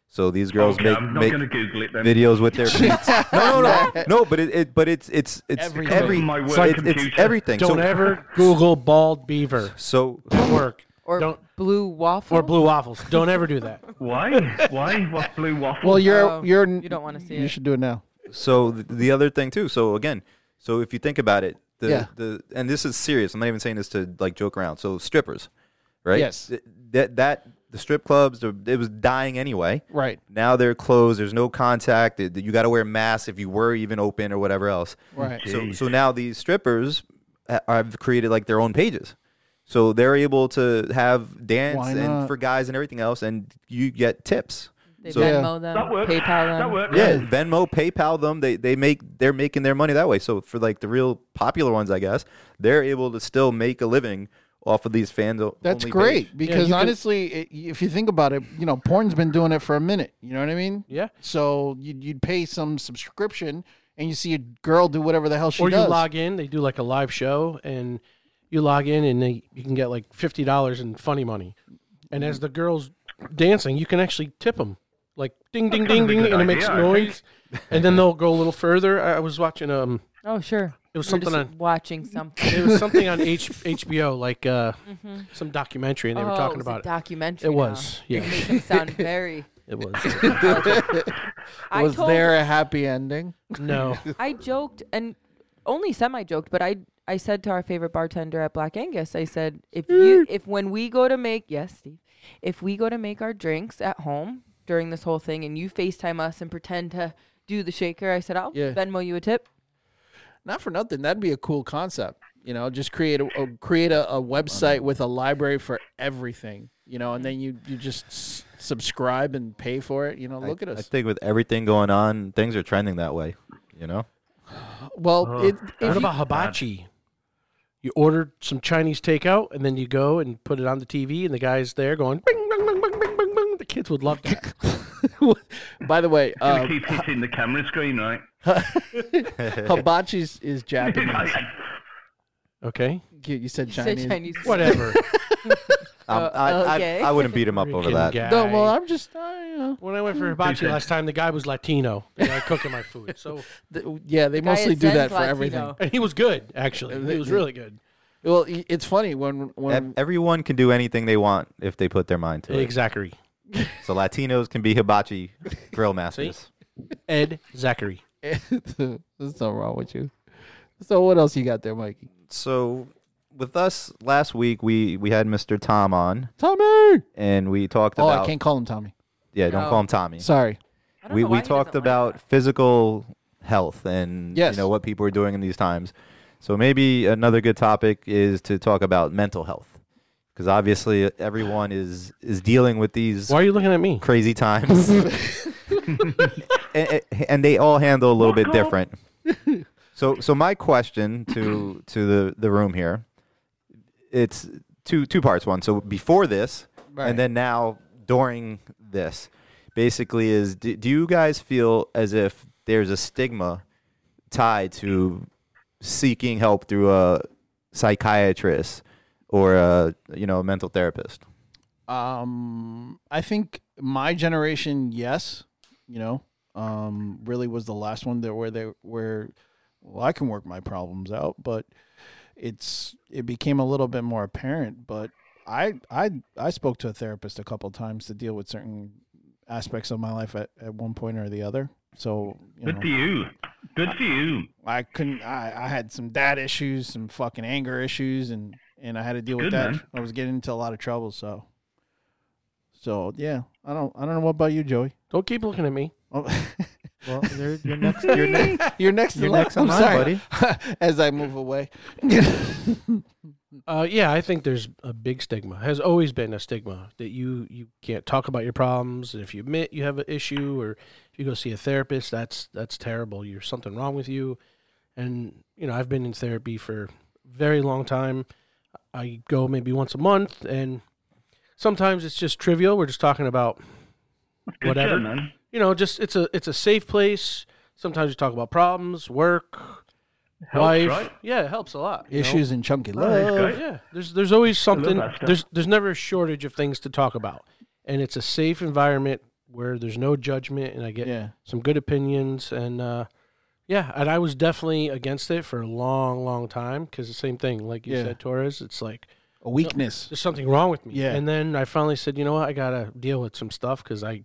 so these girls Okay, make, I'm not make going to Google it then. videos with their feet no no no no but it, it but it's it's it's Everything. every Oh, my it's- word, it's, it's computer. everything Don't so, ever Google bald beaver. so Don't work. Or Don't blue waffle. or blue waffles. Don't ever do that. Why? Why? What blue waffle? Well, you're Oh, you're you don't wanna see You it. should do it now. so th- the other thing too so again so if you think about it the Yeah. the and this is serious i'm not even saying this to like joke around so strippers right Yes. Th- that that the strip clubs the- it was dying anyway Right, now they're closed there's no contact th- you got to wear masks if you were even open or whatever else right. so so now these strippers ha- have created like their own pages so they're able to have dance Why and not? for guys and everything else and you get tips They So- Venmo them, that works. PayPal them. That works. yeah, Venmo, PayPal them. They they make they're making their money that way. So for like the real popular ones, I guess they're able to still make a living off of these fans. o- That's only great page. because you can- honestly, i if you think about it, you know, porn's been doing it for a minute. You know what I mean? Yeah. So you'd, you'd pay some subscription, and you see a girl do whatever the hell she or you does. log in. They do like a live show, and you log in, and they, you can get like fifty dollars in funny money. And as the girls dancing, you can actually tip them, like ding, ding, ding, kind of a ding, good and it makes idea, I noise. And then they'll go a little further. I, I was watching um, Oh sure. it was We're something just on watching something. it was something on H, HBO, like uh, Mm-hmm. some documentary, and they Oh, were it talking was about a it. documentary. It now. was, You yeah. make them sound very. It was I Was told, there a happy ending? no. I joked and only semi joked, but I I said to our favorite bartender at Black Angus, I said, if Mm. you, if when we go to make, yes, Steve, if we go to make our drinks at home during this whole thing, and you Facetime us and pretend to do the shaker, I said, I'll Yeah. Venmo you a tip. Not for nothing. That'd be a cool concept. You know, just create a, a create a, a website with a library for everything. You know, and then you you just s- subscribe and pay for it. You know, look I, at us. I think with everything going on, things are trending that way. You know, well, it, if What you- about hibachi? You order some Chinese takeout, and then you go and put it on the TV, and the guy's there going, bing, bing, bing, bing, bing, bing, bing. The kids would love that. by the way, Gonna uh, keep hitting the camera screen, right? hibachi is- is Japanese. Okay, you, you said You said Chinese. Chinese. whatever. Um, Uh, I, I- okay. I, wouldn't beat him up over Freaking that. guy. No, well, I'm just I, you know, when I went for hibachi last time, the guy was Latino. The guy cooking my food, so th- yeah, they Guy, it mostly do says that for Latino. everything. and he was good actually. He was really good. Well, y- it's funny when Ev- when Everyone can do anything they want if they put their mind to it. Ed Zachary. So Latinos can be hibachi grill masters. Ed Zachary. there's something wrong with you. So what else you got there, Mikey? So with us last week, we we had Mr. Tom on, Tommy. and we talked Oh, about I can't Oh. call him Tommy. yeah, don't No. call him Tommy. Sorry. I don't we know why we he doesn't talked like about that. physical health and Yes. you know what people are doing in these times. So maybe another good topic is to talk about mental health because obviously everyone is is dealing with these Why are you looking at me? crazy times, and, and they all handle a little bit different. So, so my question to to the the room here, it's two two parts. One, so before this, Right. and then now during this, basically is do, do you guys feel as if there's a stigma tied to seeking help through a psychiatrist or a you know a mental therapist? Um, I think my generation, yes, you know, um, really was the last one that where they where, well, I can work my problems out, but it's it became a little bit more apparent. But I I I spoke to a therapist a couple times to deal with certain aspects of my life at, at one point or the other. So you Good know, for you. Good for you. I couldn't. I, I had some dad issues, some fucking anger issues, and and I had to deal with Good, that. man. I was getting into a lot of trouble. So, so yeah, I don't. I don't know what about you, Joey. Don't keep looking at me. Oh, Well, you're next. You're next. you're next. in You're line. next in I'm line, sorry. As I move away, Uh, yeah, I think there's a big stigma. Has always been a stigma that you you can't talk about your problems. And if you admit you have an issue, or if you go see a therapist, that's that's terrible. You're something wrong with you. And you know, I've been in therapy for a very long time. I go maybe once a month, and sometimes it's just trivial. We're just talking about Good Whatever. show, man. you know, just it's a it's a safe place. Sometimes you talk about problems, work, Helps, life. right? Yeah, it helps a lot. you know? issues and chunky That's love. great. Yeah, there's there's always something. that stuff. There's there's never a shortage of things to talk about, and it's a safe environment where there's no judgment, and I get Yeah, some good opinions, and uh, yeah, and I was definitely against it for a long, long time because the same thing, like you Yeah. said, Torres, it's like a weakness. there's something wrong with me. Yeah. and then I finally said, you know what, I gotta deal with some stuff because I,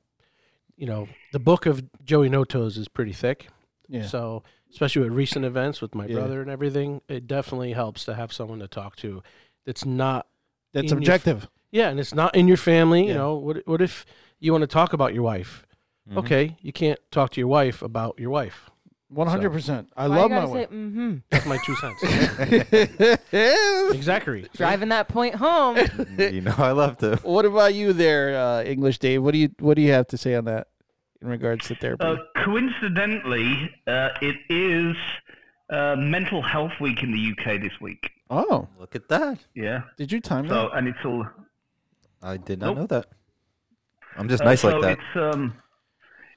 you know, the book of Joey Notos is pretty thick. Yeah. So, especially with recent events with my Yeah. brother and everything, it definitely helps to have someone to talk to that's not That's in your- objective. yeah, and it's not in your family. You Yeah. Mm-hmm. know, what what if you want to talk about your wife? Okay, you can't talk to your wife about your wife. One hundred percent. I Why love you my gotta wife. say, mm-hmm. That's my two cents. exactly. Driving that point home. you know, I love to. what about you, there, uh, English Dave? What do you What do you have to say on that in regards to therapy? Uh, coincidentally, uh, it is uh, Mental Health Week in the UK this week. oh, Look at that. Yeah. did you time that? So, and it's all I did not Nope. know that. I'm just Uh, nice so like that. It's, um,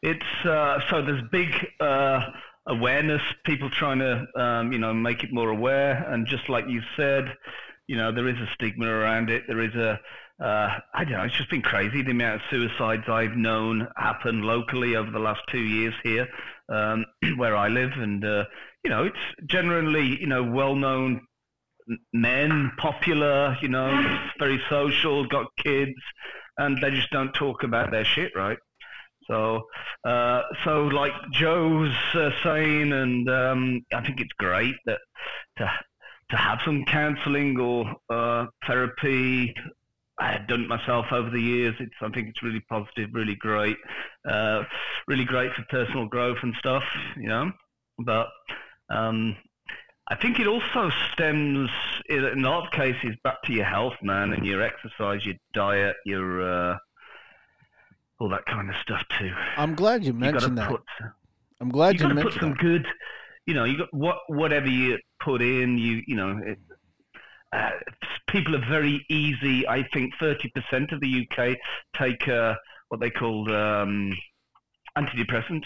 it's uh, so there's big uh, awareness. People trying to um, you know make it more aware, and just like you said, you know there is a stigma around it. There is a uh, I don't know. It's just been crazy the amount of suicides I've known happen locally over the last two years here, um, where I live, and uh, you know it's generally you know well-known m- men, popular, you know, very social, got kids, and they just don't talk about their shit, right? So, uh, so like Joe's uh, saying, and um, I think it's great that to to have some counselling or uh, therapy. I have done it myself over the years. It's I think it's really positive, really great, uh, really great for personal growth and stuff, you know. But um, I think it also stems, in in a lot of cases, back to your health, man, and your exercise, your diet, your uh, all that kind of stuff too. I'm glad you You gotta mentioned that. put I'm glad you you got to put some mentioned that. good, you know, you got what whatever you put in, you you know, it, uh, people are very easy. I think thirty percent of the UK take uh, what they call um, antidepressants.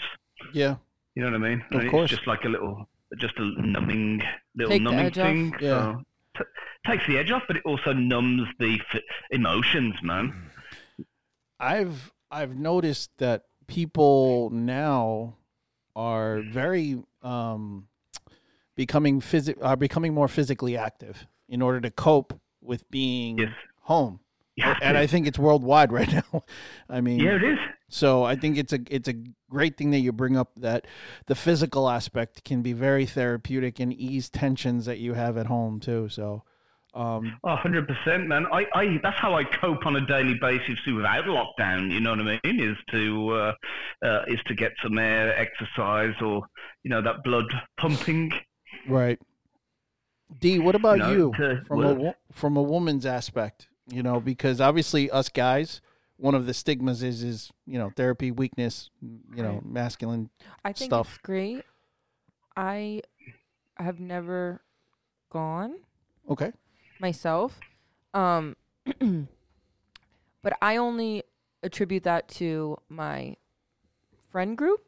Yeah, You know what I mean? Of And course. Mm. it's just like a little, just a numbing, little Take the numbing edge off. thing. Yeah. So t- takes the edge off, but it also numbs the f- emotions, man. I've I've noticed that people now are very um, becoming physic are becoming more physically active in order to cope with being Yes. home. You have Mm. And to. I think it's worldwide right now. I mean, yeah, it is. So I think it's a it's a great thing that you bring up that the physical aspect can be very therapeutic and ease tensions that you have at home too. So um, Oh, 100%, man. I, I, that's how I cope on a daily basis without lockdown, you know what I mean, is to, uh, uh, is to get some air, exercise, or, you know, that blood pumping. right. D, what about No, you to from a work. wo- from a woman's aspect? You know, because obviously us guys, one of the stigmas is is you know therapy weakness, you know Right. masculine. I think stuff. it's great. I have never gone Okay, myself. Um, but I only attribute that to my friend group.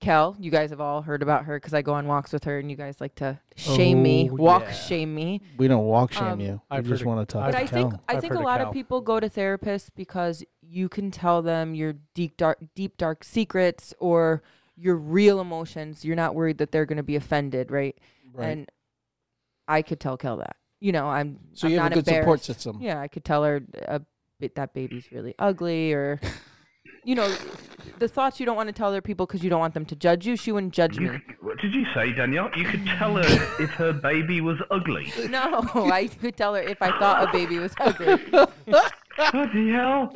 Kel, you guys have all heard about her because I go on walks with her, and you guys like to shame me, Oh, walk yeah. shame me. we don't walk shame Um, you. I I've just heard want to talk. I've But I heard to think Cal. I I've think a heard of lot of Cal. people go to therapists because you can tell them your deep dark deep dark secrets or your real emotions. You're not worried that they're going to be offended, right? Right. And I could tell Kel that. You know, I'm so I'm you have not a good support embarrassed. system. Yeah, I could tell her uh, bit that baby's really ugly, or you know, the thoughts you don't want to tell other people because you don't want them to judge you. She wouldn't judge me. What did you say, Danielle? You could tell her if her baby was ugly. No, I could tell her if I thought a baby was ugly. Bloody hell.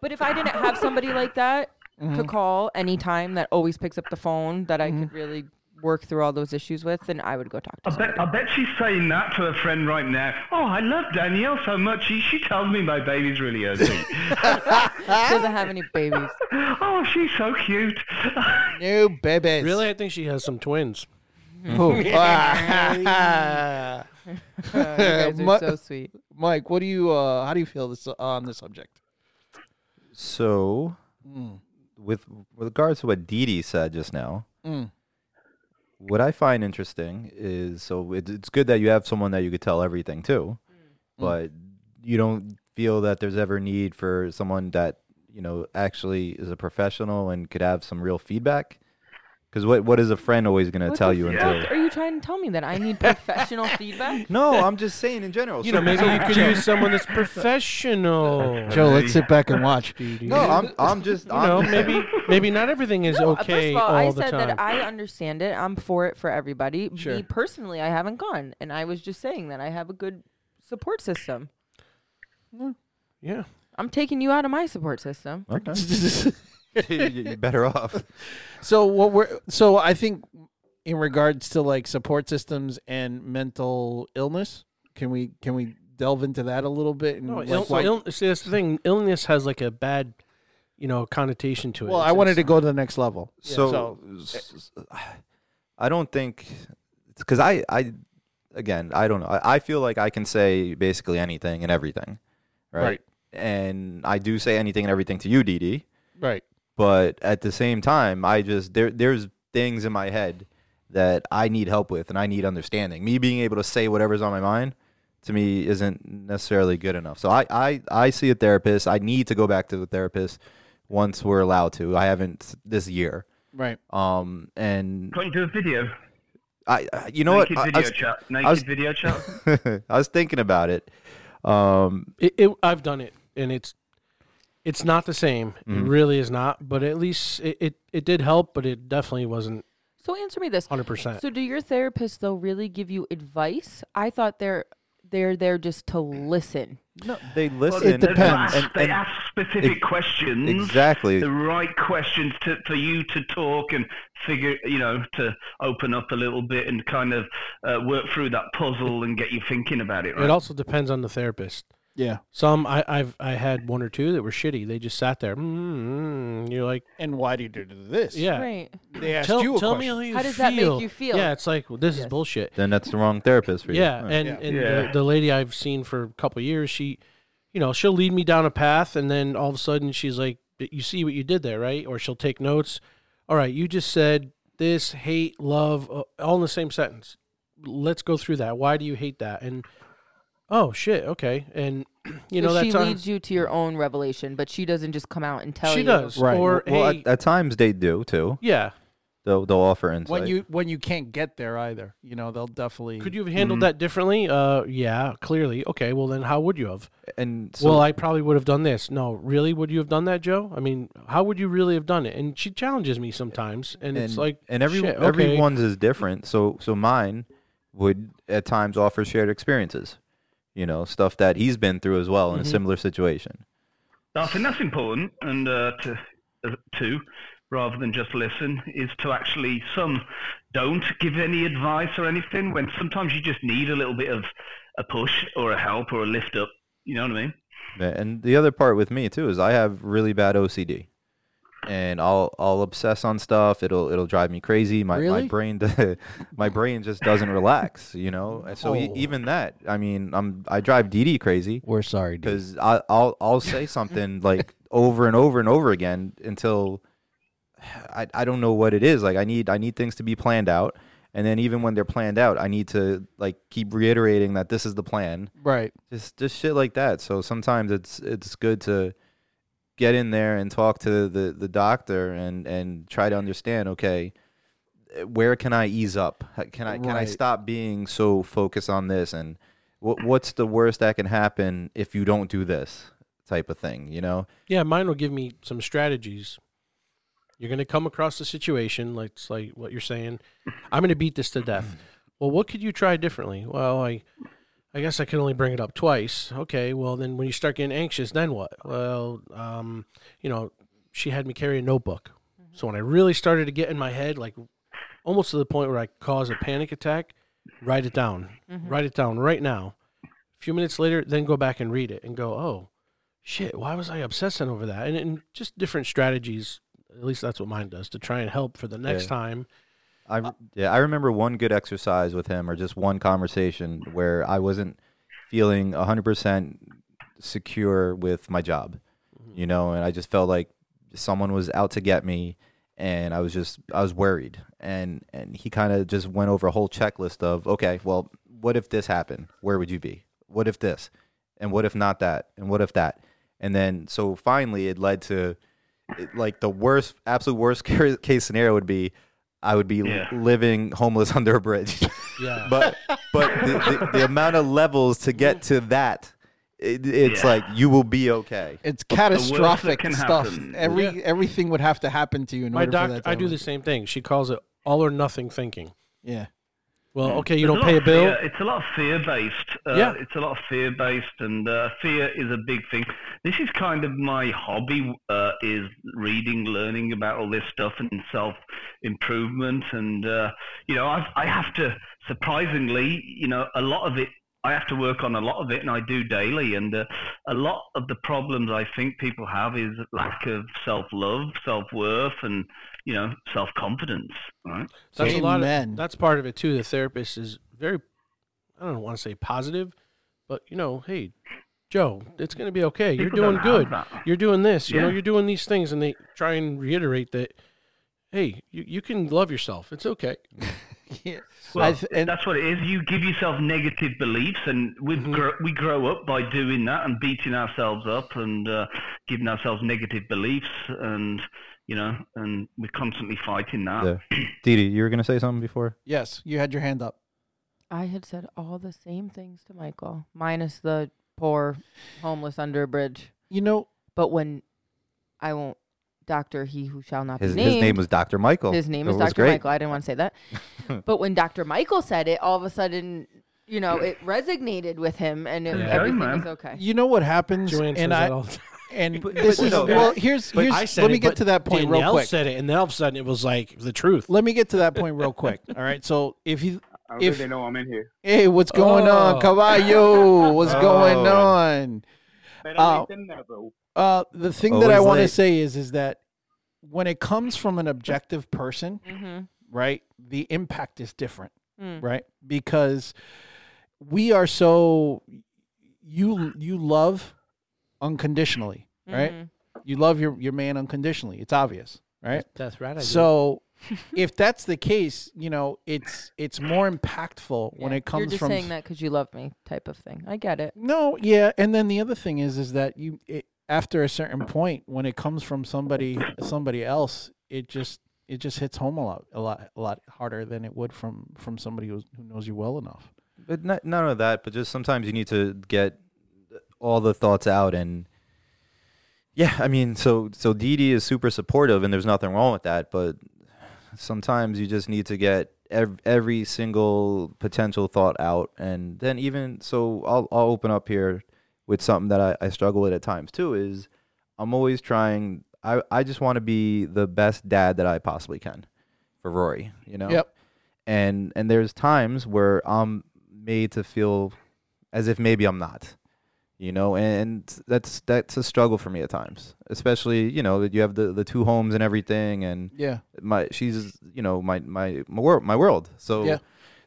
But if I didn't have somebody like that Mm-hmm. to call anytime that always picks up the phone that I could really work through all those issues with, then I would go talk to I bet, I bet she's saying that to her friend right now. Oh, I love Danielle so much. She, she tells me my baby's really ugly. someone. She doesn't have any babies. oh, she's so cute. New babies. Really, I think she has some twins. Who? Uh, you guys Mu- are so sweet. Mike, what do you? Uh, how do you feel this on the subject? So, Hmm. with with regards to what Dee Dee said just now, Mm. what I find interesting is so it, it's good that you have someone that you could tell everything to, but you don't feel that there's ever need for someone that you know actually is a professional and could have some real feedback. Because what what is a friend always going to What tell the you fuck until? Are you trying to tell me that I need professional feedback? No, I'm just saying in general. You So- know, maybe you could use someone that's professional. Joe, let's sit back and watch. no, I'm I'm just You I'm know, just saying. maybe maybe not everything is No, uh, okay First of all, I all the said time. that I understand it. I'm for it for everybody. Sure. Me personally, I haven't gone, and I was just saying that I have a good support system. Mm, yeah. I'm taking you out of my support system. Okay. You're better off. so what we're so I think in regards to like support systems and mental illness, can we can we delve into that a little bit? And No, like, ill, why- ill, see, that's the thing. Illness has like a bad, you know, connotation to it. well, I It's- wanted to it's- go to the next level. So, s- s- I don't think because I I again I don't know. I, I feel like I can say basically anything and everything, right? Right. And I do say anything and everything to you, Dee Dee. right, But at the same time, I just there there's things in my head that I need help with and I need understanding. Me being able to say whatever's on my mind to me isn't necessarily good enough. So I I, I see a therapist. I need to go back to the therapist once we're allowed to. I haven't s- this year. right. Um, and Point to a video. I, I- you know Naked what? I- video I, was- chat. Naked I was- video chat. I was, thinking about it. Um, It, it, I've done it, and it's it's Mm-hmm. not the same. It really is not. But at least it, it, it did help, but it definitely wasn't So answer me this. Uh, 100%. So do your therapists though really give you advice? I thought they're they're there just to listen. No, they Well, listen. they- It they depends. Ask, and- they and- ask specific ex- questions. exactly. The right questions to, for you to talk and figure, you know, to open up a little bit and kind of uh, work through that puzzle and get you thinking about it, right? It also depends on the therapist. Yeah. Some I, I've I had one or two that were shitty. They just sat there. Mm, you're like, And why did you do this? Uh, yeah. Right. They asked Tell, you a tell me question. how you How does that make you feel? Yeah, it's like well, this Yes. is bullshit. Then that's the wrong therapist for you. Yeah, All right. and Yeah. and Yeah. The, the lady I've seen for a couple of years, she, you know, she'll lead me down a path, and then all of a sudden she's like, "You see what you did there, right?" Or she'll take notes. All right, you just said this, hate, love, uh, all in the same sentence. Let's go through that. Why do you hate that? And oh shit, okay. And you know So that she time leads you to your own revelation, but she doesn't just come out and tell she you. does. Right. Or well, hey, at, at times they do too. yeah, They'll they'll offer insight. When you when you can't get there either, you know they'll definitely. could you have handled that differently? Uh, yeah, clearly. Okay, well then, how would you have? and so, well, I probably would have done this. No, really, would you have done that, Joe? I mean, how would you really have done it? And she challenges me sometimes, and, and it's like, and every shit, okay. everyone's is different. So so mine would at times offer shared experiences. You know, stuff that he's been through as well in Mm-hmm. a similar situation. I think that's important, and uh, to uh, to rather than just listen is to actually some don't give any advice or anything when sometimes you just need a little bit of a push or a help or a lift up. You know what I mean? And the other part with me too is I have really bad OCD, and I'll I'll obsess on stuff. It'll it'll drive me crazy. My Really? my brain d- my brain just doesn't relax. You know, and so e- Oh. even that, I mean, I'm I drive DD crazy We're sorry, because I'll I'll say something like over and over and over again until I I don't know what it is. Like I need I need things to be planned out. And then even when they're planned out, I need to like keep reiterating that this is the plan Right. just just shit like that. So sometimes it's it's good to get in there and talk to the the doctor and and try to understand. Okay, where can I ease up? How- Can I can I Right. stop being so focused on this? And what what's the worst that can happen if you don't do this type of thing? You know, yeah, mine will give me some strategies. You're going to come across the situation, like it's like what you're saying. I'm going to beat this to death. Well, what could you try differently? Well, I, I guess I can only bring it up twice. Okay, well then, when you start getting anxious, then what? Well, um, you know, she had me carry a notebook. So when I really started to get in my head, like almost to the point where I cause a panic attack, write it down. Write it down right now. A few minutes later, then go back and read it and go, oh, shit, why was I obsessing over that? And, and just different strategies. At least that's what mine does to try and help for the next Yeah. time. I re- yeah, I remember one good exercise with him, or just one conversation where I wasn't feeling hundred percent secure with my job, you know, and I just felt like someone was out to get me, and I was just I was worried, and and he kind of just went over a whole checklist of okay, well, what if this happened? Where would you be? What if this? And what if not that? And what if that? And then so finally, it led to it- like the worst, absolute worst ca- case scenario would be I would be l- Yeah. living homeless under a bridge. Yeah. but but the, the, the amount of levels to get to that, it, it's Yeah. like you will be okay. It's worst that catastrophic can stuff. happen. Every Yeah. everything would have to happen to you in My order for doctor, that. To I do happen. the same thing. She calls it all or nothing thinking. Yeah. Well, okay, you There's don't pay a lot of bill. fear- It's a lot of fear based. Uh, Yeah. It's a lot of fear based, and uh, fear is a big thing. This is kind of my hobby: uh, is reading, learning about all this stuff, and self improvement. And uh, you know, I've, I have to surprisingly, you know, a lot of it. I have to work on a lot of it, and I do daily. And uh, a lot of the problems I think people have is lack of self love, self worth, and you know, self confidence. Right? That's a lot Amen. of, that's part of it too. The therapist is very I don't want to say positive, but you know, hey, Joe, it's going to be okay. You're People doing good. don't have that. You're doing this. You know, Yeah. you're doing these things and they try and reiterate that hey, you, you can love yourself. It's okay. yeah. Well, I th- and that's what it is. You give yourself negative beliefs, and we grow, we grow up by doing that and beating ourselves up and uh, giving ourselves negative beliefs, and you know, and we're constantly fighting that. Yeah. Uh, Dee Dee, you were gonna say something before? yes, you had your hand up. I had said all the same things to Michael, minus the poor homeless under a bridge. You know, But when I won't Doctor He Who Shall Not His, Be Named. his name was Dr. Michael. His name It is was Dr. great. Michael. I didn't want to say that. but when Dr. Michael said it, all of a sudden, you know, it resonated with him and it, Yeah. everything Hey, man. was okay. You know what happens, Joanne says and that I all the time. and But- this but is no, well. but- Here's But here's. I said let it, me get but to that point Danielle real quick. said it, and then all of a sudden it was like the truth. Let me get to that point real quick. All right. So if you, I don't If- think they know I'm in here. hey, what's going Oh. on, Caballo? What's going Oh. on? Better Oh. late than never. Uh, the Oh, thing that I Always want to late. say is is that when it comes from an objective person, Mm-hmm. right, the impact is different, Mm. right? Because we are so you you love unconditionally, right? Mhm. You love your your man unconditionally. It's obvious, right? That's right. I do. So if that's the case, you know, it's it's more impactful when Yeah. it comes You're just from saying that because you love me type of thing. I get it. No, yeah, and then the other thing is, is that you it, after a certain point, when it comes from somebody somebody else, it just it just hits home a lot a lot a lot harder than it would from from somebody who's, who knows you well enough. But not none of that. But just sometimes you need to get all the thoughts out, and yeah, I mean, so so Dee Dee is super supportive, and there's nothing wrong with that. But sometimes you just need to get every, every single potential thought out, and then even so, I'll I'll open up here with something that I, I struggle with at times too. Is I'm always trying. I I just want to be the best dad that I possibly can for Rory. You know and and there's times where I'm made to feel as if maybe I'm not, you know, and that's that's a struggle for me at times, especially you know that you have the the two homes and everything, and Yeah. my she's you know my my my world, my world. So Yeah.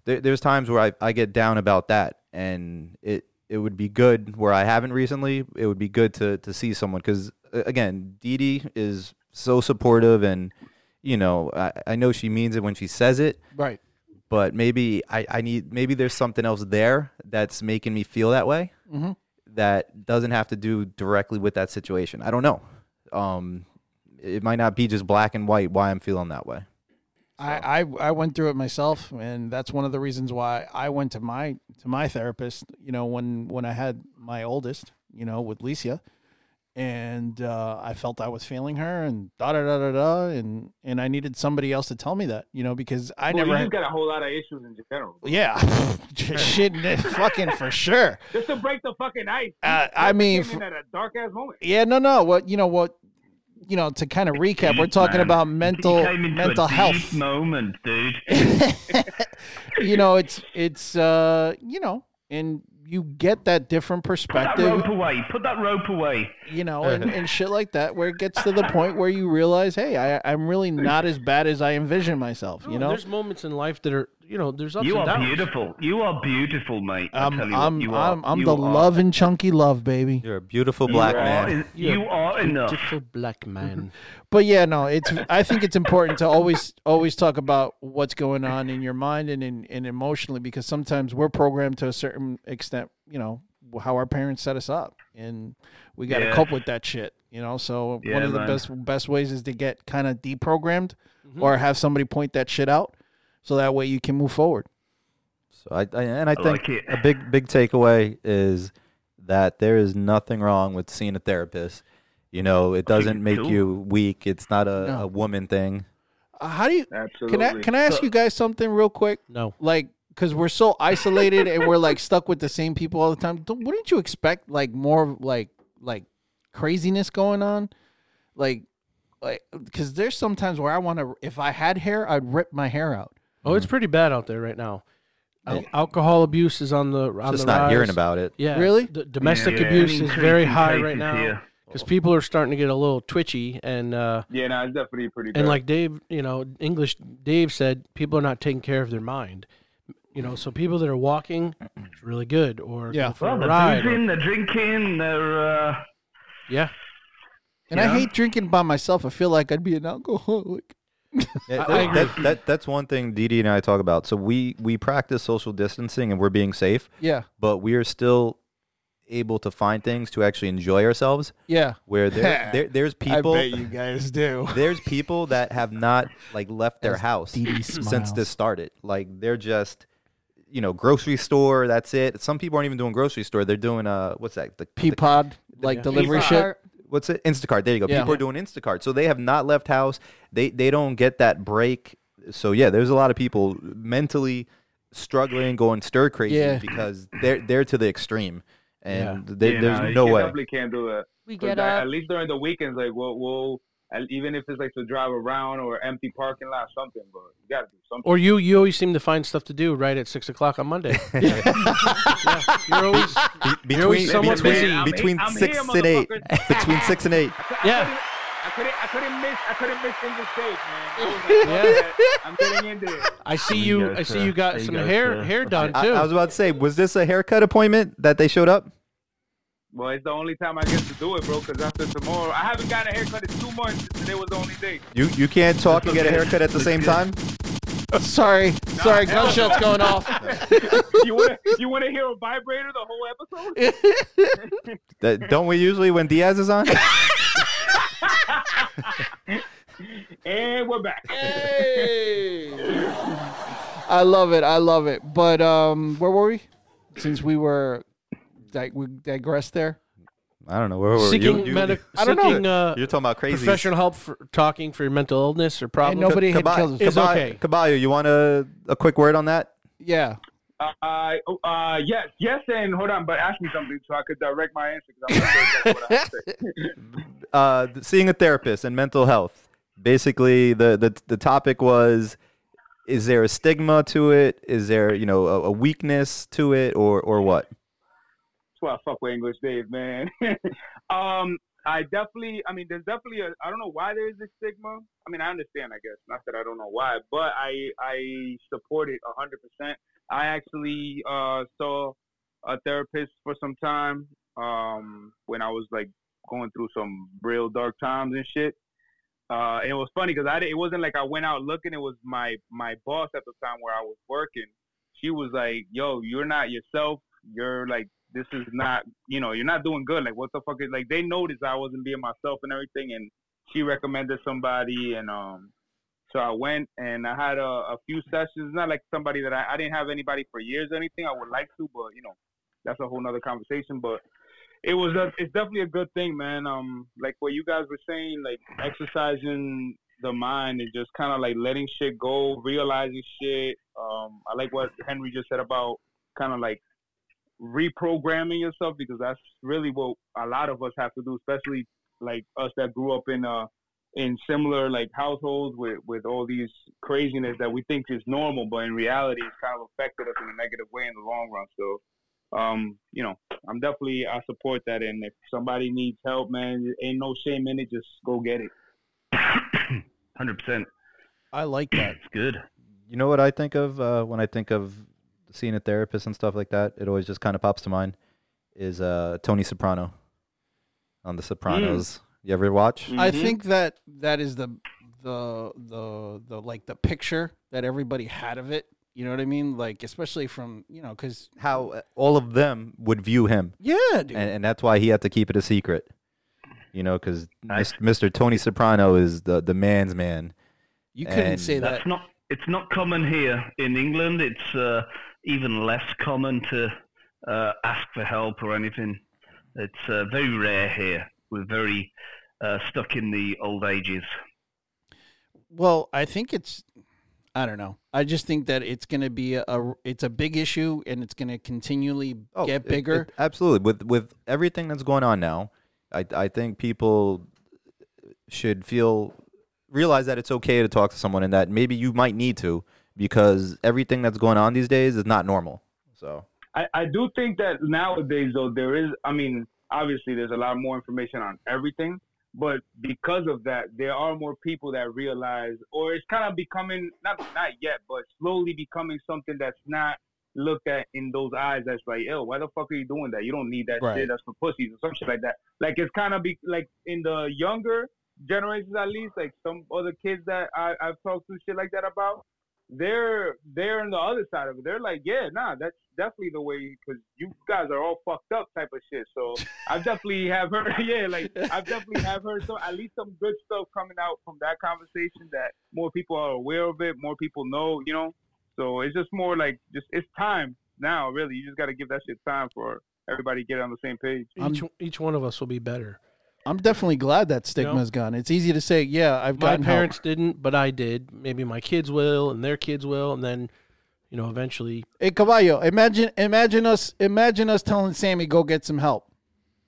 there, there's times where I, I get down about that, and it it would be good where I haven't recently. It would be good to to see someone because again, Dee Dee is so supportive, and you know I, I know she means it when she says it Right. but maybe I, I need maybe there's something else there that's making me feel that way Mhm. that doesn't have to do directly with that situation. I don't know. Um, it might not be just black and white why I'm feeling that way. I, I I went through it myself, and that's one of the reasons why I went to my to my therapist. You know, when when I had my oldest, you know, with Licia, and uh, I felt I was failing her, and da da da da da, and and I needed somebody else to tell me that, you know, because I Well, never. you had- just got a whole lot of issues in general. Yeah, shit, fucking for sure. Just to break the fucking ice. Uh, I mean, came in at a dark ass moment. Yeah, no, no. What you know? What you know? To kind of recap, we're talking Man, about You mental came into mental a deep health. moment, dude. you know, it's it's uh, you know, and you get that different Put that perspective, rope away. Put that rope away. you know, and, and shit like that, where it gets to the point where you realize, hey, I, I'm really not as bad as I envision myself. You No, know, oh, there's moments in life that are you know there's ups You and are downs. beautiful. You are beautiful, mate. I I'm tell you what, I'm you are. I'm, I'm You the are. love and chunky love, baby. You're a beautiful black you Are, man. en- you are enough. Beautiful black man. but yeah, no, it's. I think it's important to always always talk about what's going on in your mind and in and emotionally because sometimes we're programmed to a certain extent, you know, how our parents set us up, and we got to Yeah. cope with that shit, you know. So one Yeah, of the man. best best ways is to get kind of deprogrammed or have somebody point that shit out, so that way you can move forward. So I, I and I, think like it. a big big takeaway is that there is nothing wrong with seeing a therapist. You know, it doesn't make cool. you weak. It's not a, No. a woman thing. Uh, how do you? Absolutely. Can I can I ask you guys something real quick? No, like because we're so isolated and we're like stuck with the same people all the time don't, wouldn't you expect like more of, like like craziness going on like like because there's sometimes where i want to if i had hair i'd rip my hair out oh, it's pretty bad out there right now. Al- alcohol abuse is on the on Just the not rise. hearing about it. Yeah, Really? d- domestic Yeah, abuse I mean, is very cases- high right cases now here. because people are starting to get a little twitchy and uh, Yeah, no, it's definitely pretty bad. and like Dave, you know, English Dave said, people are not taking care of their mind. You know, so people that are walking, it's really good, or Yeah. go for Well, a they're ride, or- boozing, they're drinking, they're. Uh, yeah, and i Yeah. hate drinking by myself i feel like i'd be an alcoholic Yeah, I that, that, that- that's one thing Dee Dee and I talk about. So we we practice social distancing and we're being safe, yeah but we are still able to find things to actually enjoy ourselves. yeah Where there, there there's people guys do there's people that have not like left their As house Dee Dee since smiles. this started. Like they're just you know grocery store. That's it. Some people aren't even doing grocery store. They're doing uh what's that the peapod like Yeah. delivery People shit are- the- what's it? Instacart. There you go. Yeah. People are doing Instacart, so they have not left house. They they don't get that break. So yeah, there's a lot of people mentally struggling, going stir crazy Yeah. because they're they're to the extreme, and they, Yeah, there's nah, no you way. Definitely can't do that. We 'Cause, get like, up. at least during the weekends, like we'll, we'll and even if it's like to drive around or empty parking lot, something. But you gotta do something. Or you, you always seem to find stuff to do right at six o'clock on Monday. Yeah, You're always, Be- You're always between somewhat busy. between, I'm- between I'm here, six and eight, motherfuckers. between six and eight. yeah. I couldn't, I couldn't miss, I couldn't miss English State, man. I was like, Yeah. "Fuck that. I'm getting in there. I see you. I see you got some hair hair done I, too. I was about to say, was this a haircut appointment that they showed up? Well, it's the only time I get to do it, bro. Because after tomorrow, I haven't gotten a haircut in two months. Today was the only day. You you can't talk and get a haircut at the same time. Sorry, sorry, hell gunshots no. going off. You want, you want to hear a vibrator the whole episode? That, don't we usually when Diaz is on? And we're back. I love it. I love it. But um, where were we? Since we were, like, we digressed there. I don't know. Where were you? seeking you? medic, I don't know. seeking uh, You're talking about crazy. professional help for talking for your mental illness or problem. And nobody had Kabay- killed Kabay- himself. It's okay. Kabayo, you want a, a quick word on that? Yeah. Uh, oh, uh, yes, yes, and hold on, but ask me something so I could direct my answer. 'cause I'm not sure exactly what I have to say. Uh, th- seeing a therapist and mental health. Basically, the, the the topic was: is there a stigma to it? Is there you know a, a weakness to it, or or what? That's why I fuck with English Dave, man. um, I definitely, I mean, there's definitely a, I don't know why there's this stigma. I mean, I understand, I guess. Not that I don't know why, but I, I support it 100%. I actually uh, saw a therapist for some time um, when I was like going through some real dark times and shit. Uh, and it was funny because I didn't- it wasn't like I went out looking. It was my my boss at the time where I was working. She was like, "Yo, you're not yourself. You're like this is not you know you're not doing good. Like what the fuck is like they noticed I wasn't being myself and everything. And she recommended somebody and um so I went and I had a, a few sessions. Not like somebody that I, I didn't have anybody for years or anything. I would like to, but you know, that's a whole nother conversation. But it was a, it's definitely a good thing, man. Um, like what you guys were saying, like exercising the mind and just kind of like letting shit go, realizing shit. Um, I like what Henry just said about kind of like reprogramming yourself because that's really what a lot of us have to do, especially like us that grew up in uh in similar like households with with all these craziness that we think is normal, but in reality, it's kind of affected us in a negative way in the long run. So, um, you know, I'm definitely I support that, and if somebody needs help, man, ain't no shame in it. Just go get it. Hundred percent. I like that. It's good. You know what I think of uh, when I think of seeing a therapist and stuff like that? It always just kind of pops to mind is uh, Tony Soprano on The Sopranos. You ever watch? I Mm-hmm. think that that is the the the the like the picture that everybody had of it. You know what I mean? Like especially from you know because How uh, all of them would view him, yeah, dude. and, and that's why he had to keep it a secret. You know, because Mr. Tony Soprano is the, the man's man. you couldn't and say that. That's not. It's not common here in England. It's uh, even less common to uh, ask for help or anything. It's uh, very rare here. We're very uh, stuck in the old ages. Well, I think it's I don't know. I just think that it's going to be a, a it's a big issue and it's going to continually Oh, it- get it- bigger. absolutely. With with everything that's going on now, I I think people should feel realize that it's okay to talk to someone and that maybe you might need to because everything that's going on these days is not normal. So I, I do think that nowadays though there is I mean obviously there's a lot more information on everything but because of that there are more people that realize or it's kind of becoming not not yet but slowly becoming something that's not looked at in those eyes that's like yo why the fuck are you doing that you don't need that Right. shit that's for pussies or some shit like that like it's kind of be like in the younger generations at least like some other kids that I, I've talked to shit like that about they're they're on the other side of it. They're like, yeah, nah, that's definitely the way because you guys are all fucked up type of shit. So I definitely have heard, yeah, like I definitely have heard some at least some good stuff coming out from that conversation that more people are aware of it, more people know, you know. So it's just more like just it's time now, really. You just got to give that shit time for everybody to get on the same page. Each, each one of us will be better. I'm definitely glad that stigma's gone. It's easy to say, yeah, I've my gotten help. parents didn't, but I did. Maybe my kids will, and their kids will, and then, you know, eventually. Hey Caballo, imagine imagine us imagine us telling Sammy go get some help.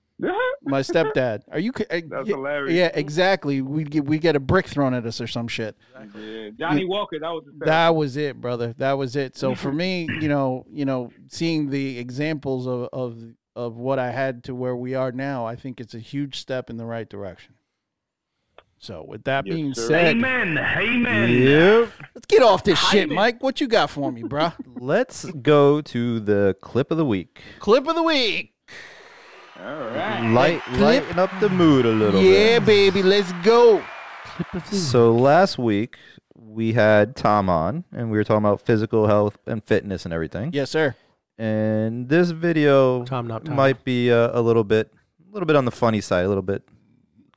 My stepdad. Are you ki- uh, That's yeah, hilarious. Yeah, exactly. We get we get a brick thrown at us or some shit. Yeah. Johnny Walker, that was his best. That was it, brother. That was it. So for me, you know, you know, seeing the examples of of of what I had to where we are now, I think it's a huge step in the right direction. So with that Yes, being sir. said, Amen. Amen. Yep. let's get off this shit, Mike. What you got for me, bruh? Let's go to the clip of the week. Clip of the week. All right. Light, lighten up the mood a little Yeah, bit. baby, let's go. So last week we had Tom on, and we were talking about physical health and fitness and everything. Yes, sir. And this video Tom, not Tom. might be uh, a little bit, a little bit on the funny side, a little bit.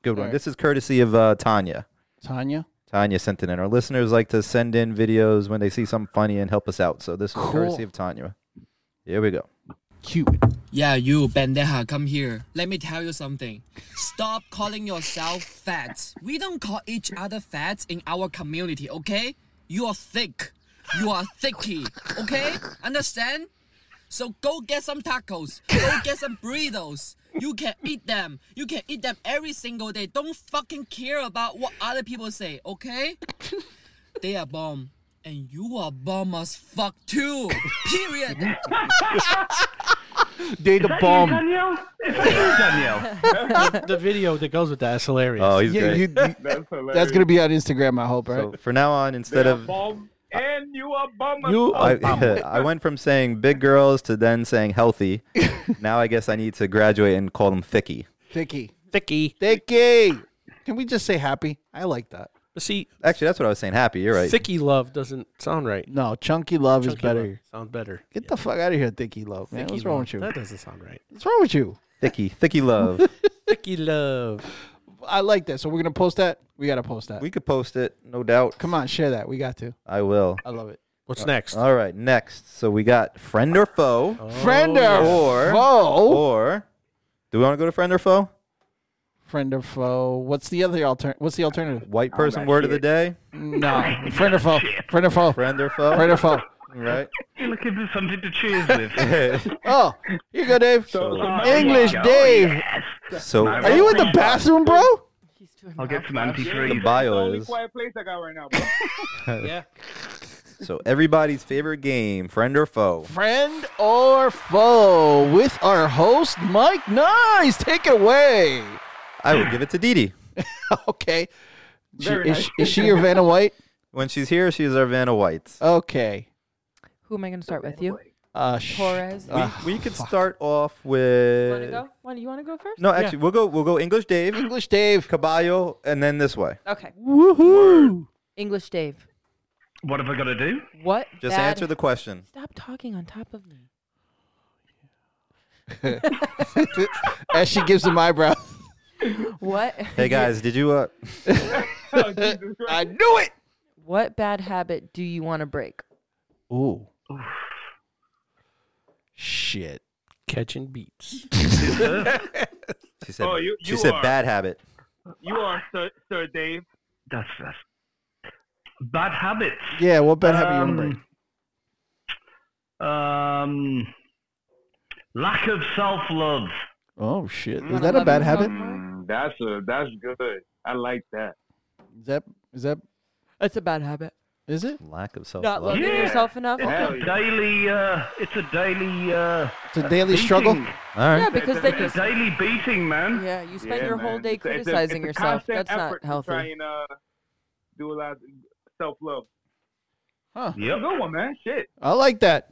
Good one. Alright. This is courtesy of uh, Tanya. Tanya. Tanya sent it in. Our listeners like to send in videos when they see something funny and help us out. So this Cool. is courtesy of Tanya. Here we go. Cute. Yeah, you, Bandeja, come here. Let me tell you something. Stop calling yourself fat. We don't call each other fat in our community, okay? You are thick. You are thicky, okay? Understand? So go get some tacos. Go get some burritos. You can eat them. You can eat them every single day. Don't fucking care about what other people say, okay? They are bomb. And you are bomb as fuck too. Period. They the bomb. Danielle? Is that you, Danielle? the video that goes with that is hilarious. Oh, he's Yeah, great. you, That's hilarious. that's gonna be on Instagram, I hope, right? So from now on, instead They are of bomb and you are bomb. Oh, You- I, I went from saying big girls to then saying healthy. now I guess I need to graduate and call them thicky. Thicky. thicky. Thicky. Can we just say happy? I like that. But see, Actually, that's what I was saying. Happy, you're right. thicky love doesn't sound right. No, chunky love is Chunky better. love sounds better. Get the fuck out of here, Thicky love, man. What's Thicky wrong love. with you? That doesn't sound right. What's wrong with you? Thicky, thicky love. Thicky love. I like that. So we're gonna post that. We gotta post that. we could post it, no doubt. Come on, share that. We got to. I will. I love it. Uh, What's next? All right, next. So we got friend or foe, Oh, Friend or Or- foe. or do we want to go to friend or foe? Friend or foe. What's the other altern? What's the alternative? White person word of the day. No. Friend or foe. Friend or foe. Friend or foe. Friend or foe. Right. You're looking for something to cheers with. Oh, you go, Dave. Oh, English yeah. Dave. Yes. So Are you in the bathroom, bro? He's doing I'll get some the antifreeze. the bio only is quiet place I got right now. Bro. yeah. so everybody's favorite game, friend or foe. Friend or foe with our host, Mike Nice. Take it away. I would give it to Dee Dee. Okay. She- Very is, nice. is she your Vanna White? When she's here, she's our Vanna White. Okay. Who am I going to start with? You? Uh, sh- Torres. Uh, we could start off with. want to go? Wanna- you want to go first? No, actually, we'll go. We'll go English Dave, English Dave. Caballo, and then this way. Okay. Woohoo. English Dave. What have I got to do? What? Just bad- answer the question. Stop talking on top of me. As she gives him eyebrow. What? Hey guys, did you? Uh, I knew it. what bad habit do you want to break? Ooh. Shit. Catching beats. she said. Oh, you- she you said are. bad habit. You are Sir, Sir Dave. That's that's bad habits. Yeah, what bad habit you want to Um, break? Um, lack of self love. Oh, shit. Is Wanna that a love bad yourself habit? more? Mm, that's a, that's good. I like that. Is that, is that, That's a bad habit. is it? Lack of self Not love. loving Yeah. yourself enough. It's Hell a yeah. daily. Uh, it's a daily. Uh, It's a daily struggle. beating. All right. Yeah, because then you It's a daily beating, man. Yeah, you spend Yeah, your whole man. day It's a- it's a- criticizing it's a yourself. constant That's not effort to healthy. Try and uh, do a lot of self love. Yep. Good one, man. Shit. I like that.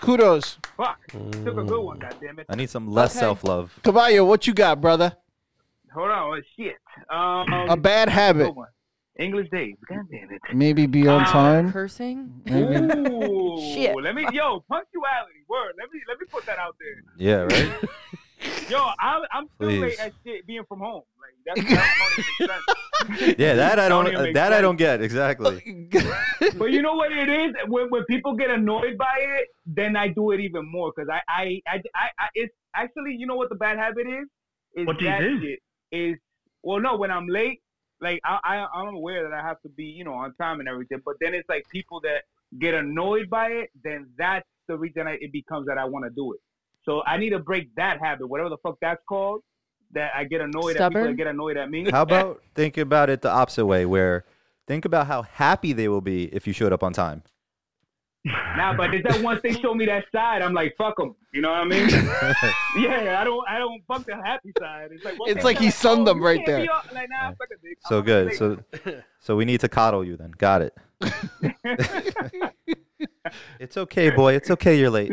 Kudos. Fuck. Took a good one. God damn it. I need some less Okay. self love. Caballo, what you got, brother? Hold on. Shit. Um, A bad habit. good one. English Dave. God damn it. Maybe be on Ah. time. Cursing? Maybe. Ooh, Shit. let me yo punctuality word. Let me let me put that out there. Yeah. Right. Yo, I'm I'm still Please. late at shit being from home. Like that's, that's not even sense. yeah. That I Don't don't. even uh, make that I sense. don't get exactly. But you know what it is? When, when people get annoyed by it, then I do it even more because I, I, I, I, I, it's actually, you know what the bad habit is? Is What do you that do? shit. is well, no, when I'm late, like I, I I'm aware that I have to be you know on time and everything, but then it's like people that get annoyed by it, then that's the reason I, it becomes that I want to do it. So I need to break that habit, whatever the fuck that's called, that I get annoyed at people Stubborn? that get annoyed at me. How about think about it the opposite way, where think about how happy they will be if you showed up on time. Nah, but is that once they show me that side, I'm like, fuck them. You know what I mean? yeah, I don't, I don't fuck the happy side. It's like, once It's they like say, he sunned oh, them you right can't be there. all- Like, nah, fuck a dick. So Oh, I'm good. like- So so we need to coddle you then. Got it. it's okay, boy. It's okay. You're late.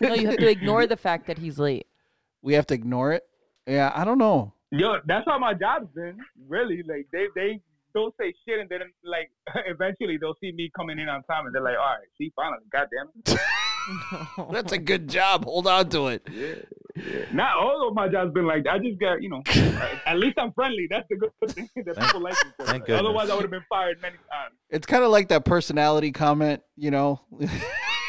no, you have to ignore the fact that he's late. We have to ignore it. Yeah, I don't know. Yo, that's how my job's been. Really, like they they don't say shit, and then like eventually they'll see me coming in on time, and they're like, all right, see, finally, goddamn it. That's a good job. Hold on to it. Not all of my job's been like that. I just got you know, at least I'm friendly. That's the good thing that people like me for. thank goodness. Otherwise, I would have been fired many times. It's kind of like that personality comment, you know.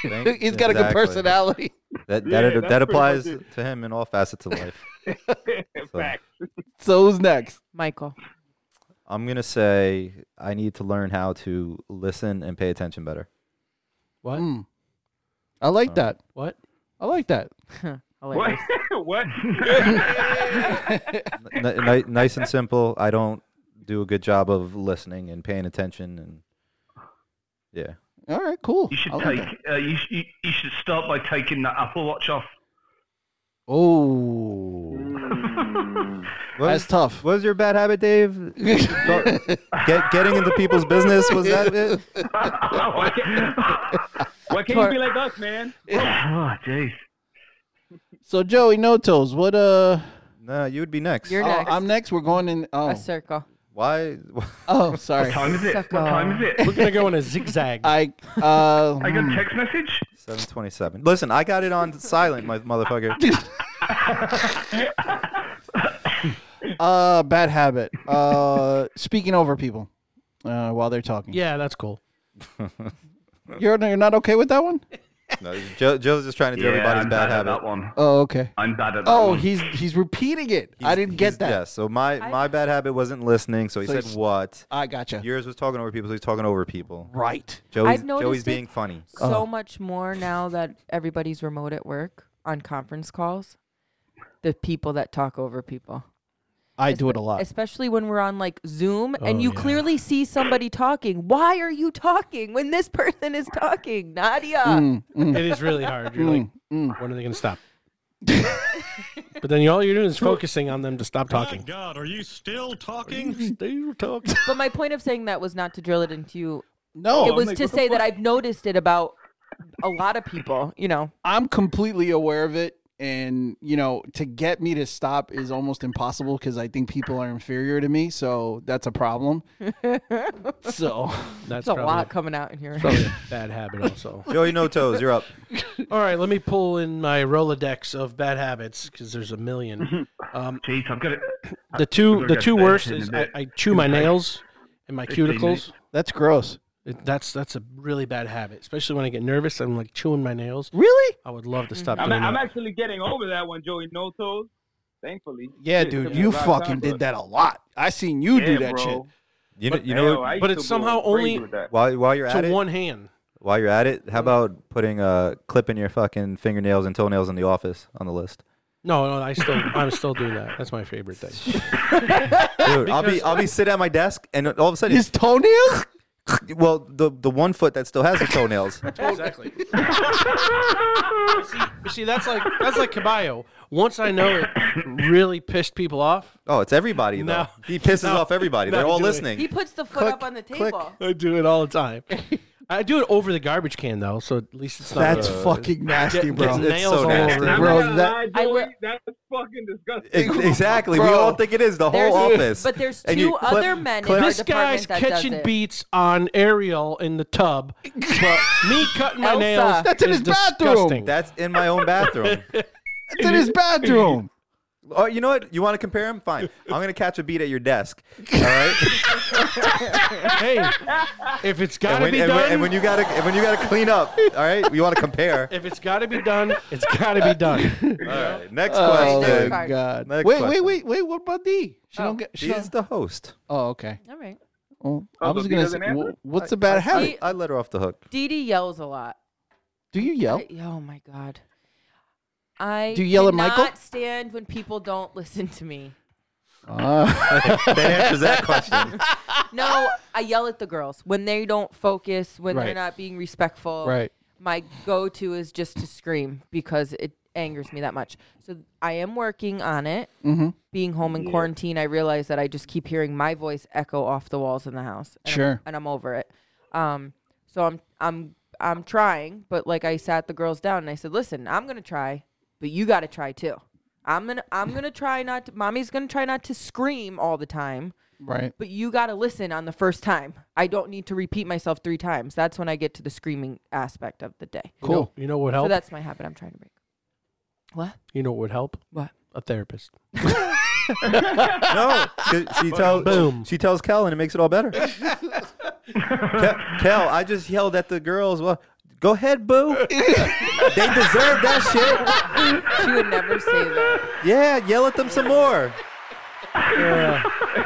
Thank- He's got a good exactly. personality. That Yeah, that, that's that pretty applies much to him in all facets of life. Facts. So who's next? Michael. I'm gonna say I need to learn how to listen and pay attention better. What? Mm. I like that. What? I like that. What? Hilarious. what? N- n- nice and simple. I don't do a good job of listening and paying attention, and yeah, All right, cool. You should I like take. that. Uh, you, sh- you you should start by taking that Apple Watch off. Oh, What that's was- tough. What was your bad habit, Dave? Get, getting into people's business was that it? why can't, why can't you be like us, man? Oh, jeez. so Joey, no toes. What? Uh, No, you would be next. You're oh, next. I'm next. We're going in. A Oh, circle. Why? oh, sorry. Time is it? Suck What time is We're it? gonna go in a zigzag. I uh, I got hmm. a text message. Seven twenty-seven. Listen, I got it on silent, my motherfucker. Uh, bad habit. Uh, speaking over people uh, while they're talking. yeah, that's cool. you're you're not okay with that one. No, Joe, Joe's just trying to do everybody's I'm bad at habit. that one. Oh, okay. I'm bad at that Oh, one. he's he's repeating it. I He's- didn't get he's- that. Yeah, so my, my bad habit wasn't listening, so he So said he's- what? I gotcha. Yours was talking over people, so he's talking over people. right. Joey's, I've noticed Joey's it. being funny. So much more now that everybody's remote at work on conference calls. The people that talk over people. I do it a lot. especially when we're on like Zoom Oh, and you yeah. clearly see somebody talking. Why are you talking when this person is talking, Nadia? Mm, mm, It is really hard. You're like, mm, mm. when are they gonna stop? but then you, all you're doing is focusing on them to stop talking. God, are you still talking? Still talking. But my point of saying that was not to drill it into you. No, it was to say that I've noticed it about a lot of people. You know, I'm completely aware of it. And, you know, to get me to stop is almost impossible because I think people are inferior to me. So that's a problem. so, That's it's a probably, lot coming out in here. probably a bad habit also. Joey No Toes, you're up. All right, let me pull in my Rolodex of bad habits because there's a million. Um, Jeez, I've got it. the two the We're gonna two finish worst in a is I, bit. I chew my nails and my 15 cuticles. minutes. that's gross. It, that's that's a really bad habit, especially when I get nervous. I'm like chewing my nails. Really? I would love to stop I'm, doing Mm-hmm. I'm that. actually getting over that one, Joey No Toes. Thankfully. Yeah, Shit, took dude, me a you long fucking time, did but- that a lot. I seen you do Yeah, that bro. shit. You know, you Yo, know I what- used but to it's go somehow crazy only- with that. while while you're at to it, one Mm-hmm. hand. while you're at it, how about putting uh clipping your fucking fingernails and toenails in the office on the list? No, no, I still I'm still doing that. That's my favorite thing. Dude, I'll be I'll be sitting at my desk and all of a sudden, His toenails? it's- well, the the one foot that still has the toenails. Exactly. see, you see, that's like that's like Caballo. Once I know it really pissed people off, Oh, it's everybody though. No. He pisses No. off everybody. No, They're all Joey. listening. He puts the foot Click, up on the table. click. I do it all the time. I do it over the garbage can though, so at least it's not. That's Uh, fucking nasty, Get- gets bro. it's nails so all nasty. over. I'm it. Bro, not gonna that- lie, I Joey, will- that's fucking disgusting. Ex- exactly. We Bro. all think it is the whole There's- office. but there's And you two clip- other men in clip- our this guy's department that does catching it. beats on Ariel in the tub, but me cutting my Elsa. nails That's in is his bathroom. disgusting. That's in my own bathroom. It's in his bathroom. Oh, you know what? You want to compare them? Fine. I'm gonna catch a beat at your desk. All right. hey, if it's got and, to when, be and, done, when, and when you gotta and when you gotta clean up. All right. You want to compare? if it's got to be done, it's got to be done. All right. Next Oh question. my god! wait, Next wait, question. wait, wait. What about D? She Oh. don't get. She She's don't, the host. oh, okay. All right. Well, Oh, I but was D gonna say, doesn't answer? wh- what's a bad habit? I, I let her off the hook. Dee Dee yells a lot. Do you yell? I- oh my god. I Do you yell at Michael? cannot stand when people don't listen to me. Uh, That answers that question. No, I yell at the girls when they don't focus, when Right. they're not being respectful. Right. My go-to is just to scream because it angers me that much. So I am working on it. mhm. Being home in quarantine, I realize that I just keep hearing my voice echo off the walls in the house. and I'm- Sure. and I'm over it. Um, so I'm I'm I'm trying, but like I sat the girls down and I said, "Listen, I'm gonna try, but you gotta try too. I'm gonna I'm gonna try not. To, mommy's gonna try not to scream all the time." Right. but you got to listen on the first time. I don't need to repeat myself three times. That's when I get to the screaming aspect of the day. You know, you know what would help? So that's my habit I'm trying to break. What? you know what would help? What? A therapist. No, 'cause she tells Boom. She tells Kel, and it makes it all better. Kel, Kel, I just yelled at the girls. Well, go ahead, boo. they deserve that shit. She would never say that. Yeah, yell at them some more.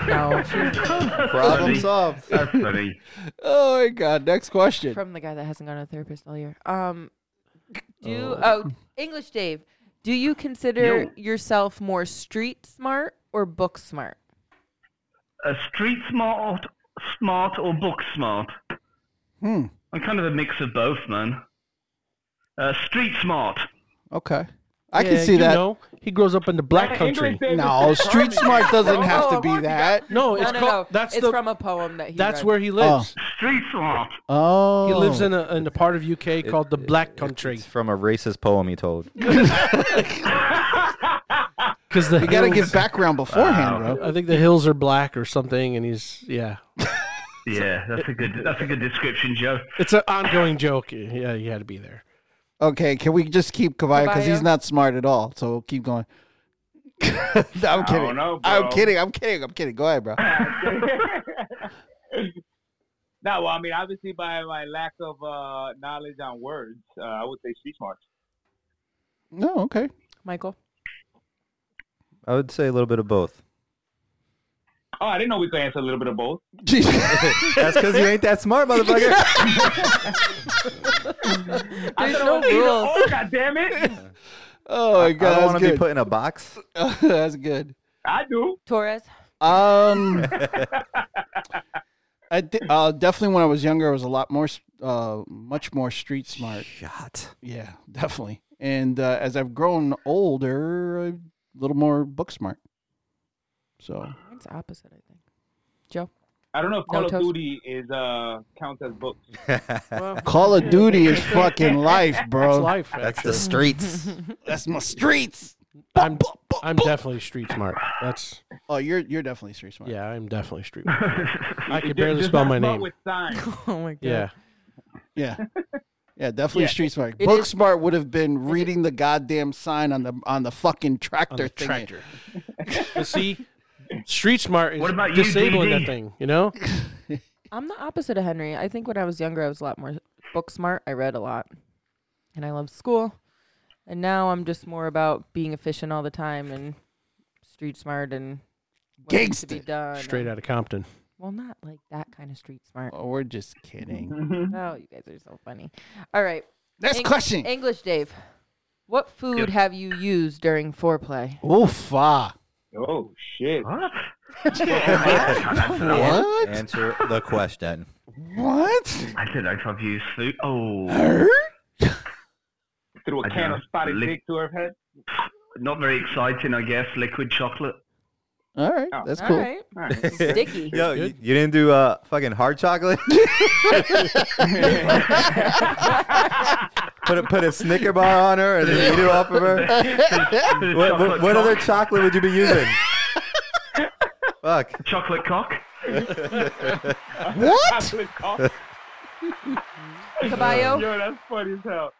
No, she, Problem solved. That's funny. Oh my god! Next question. from the guy that hasn't gone to a therapist all year. Um, do oh. English Dave, do you consider Yo. yourself more street smart or book smart? A street smart, smart or book smart? Hmm. I'm kind of a mix of both, man. Uh, street smart. Okay. I Yeah, can see you that. know, he grows up in the black Hey, country. English Dave is No, just street charming. smart doesn't have to of be course you that. No, No, it's no, called, no. that's it's the from a poem that he that's read. where he lives. Street smart. Oh, He lives in a in a part of UK called the Black Country It's from a racist poem he told. because the You gotta hills- give background beforehand, bro. I think the hills are black or something, and he's yeah. Yeah, that's a good. That's a good description, Joe. It's an ongoing joke. Yeah, you had to be there. Okay, can we just keep Kavaya because he's Kavaya? not smart at all? So we'll keep going. No, I'm kidding. know, I'm bro. kidding. I'm kidding. I'm kidding. Go ahead, bro. no, well, I mean, obviously, by my lack of uh, knowledge on words, uh, I would say street smart. No, okay. Michael. I would say a little bit of both. Oh, I didn't know we could answer a little bit of both. That's because you ain't that smart, motherfucker. I There's thought I no was either rules. or, God damn it! oh my I don't god, want to be that's put in a box. good. that's good. I do. Torres. Um, I thi- uh, definitely when I was younger, I was a lot more, s- uh, much more street smart. Shot. Yeah, definitely. And uh, as I've grown older, I'm a little more book smart. So Mine's opposite, I think. I don't know if Call of toast. Duty is uh, counts as books. Call of Duty is fucking life, It's bro. life. That's actually. the streets. That's my streets. I'm I'm definitely street smart. That's Oh, you're you're definitely street smart. yeah. I'm definitely street. smart. I It can ju- barely does spell not my start name. With signs. Oh my god. yeah. Yeah. Yeah, definitely street smart. it Book is- smart would have been reading the goddamn sign on the on the fucking on tractor the thing. tractor. But see, Street Smart is What about you, disabling DD? that thing. You know, I'm the opposite of Henry. I think when I was younger, I was a lot more book smart. I read a lot, and I loved school. And now I'm just more about being efficient all the time and street smart and what needs to be Gangsta. done. straight and- out of Compton. Well, not like that kind of street smart. Oh, we're just kidding. Oh, you guys are so funny. All right, Mm-hmm. Next Eng- question. English Dave. What food Yep. have you used during foreplay? Oof. ah. Oh shit! What? What? Answer the question. What? I don't know if I've used food. Oh, Her? Threw a I can don't of spotted lick- dick to her head. not very exciting, I guess. Liquid chocolate. All right, Oh. that's All cool. right. All right. Sticky. Yo, you, you didn't do uh, fucking hard chocolate? put, a, put a Snicker bar on her and then eat it off of her? What, what, what other chocolate would you be using? Fuck. chocolate cock? What? Chocolate coffee. Caballo. Uh, Yo, that's funny as hell.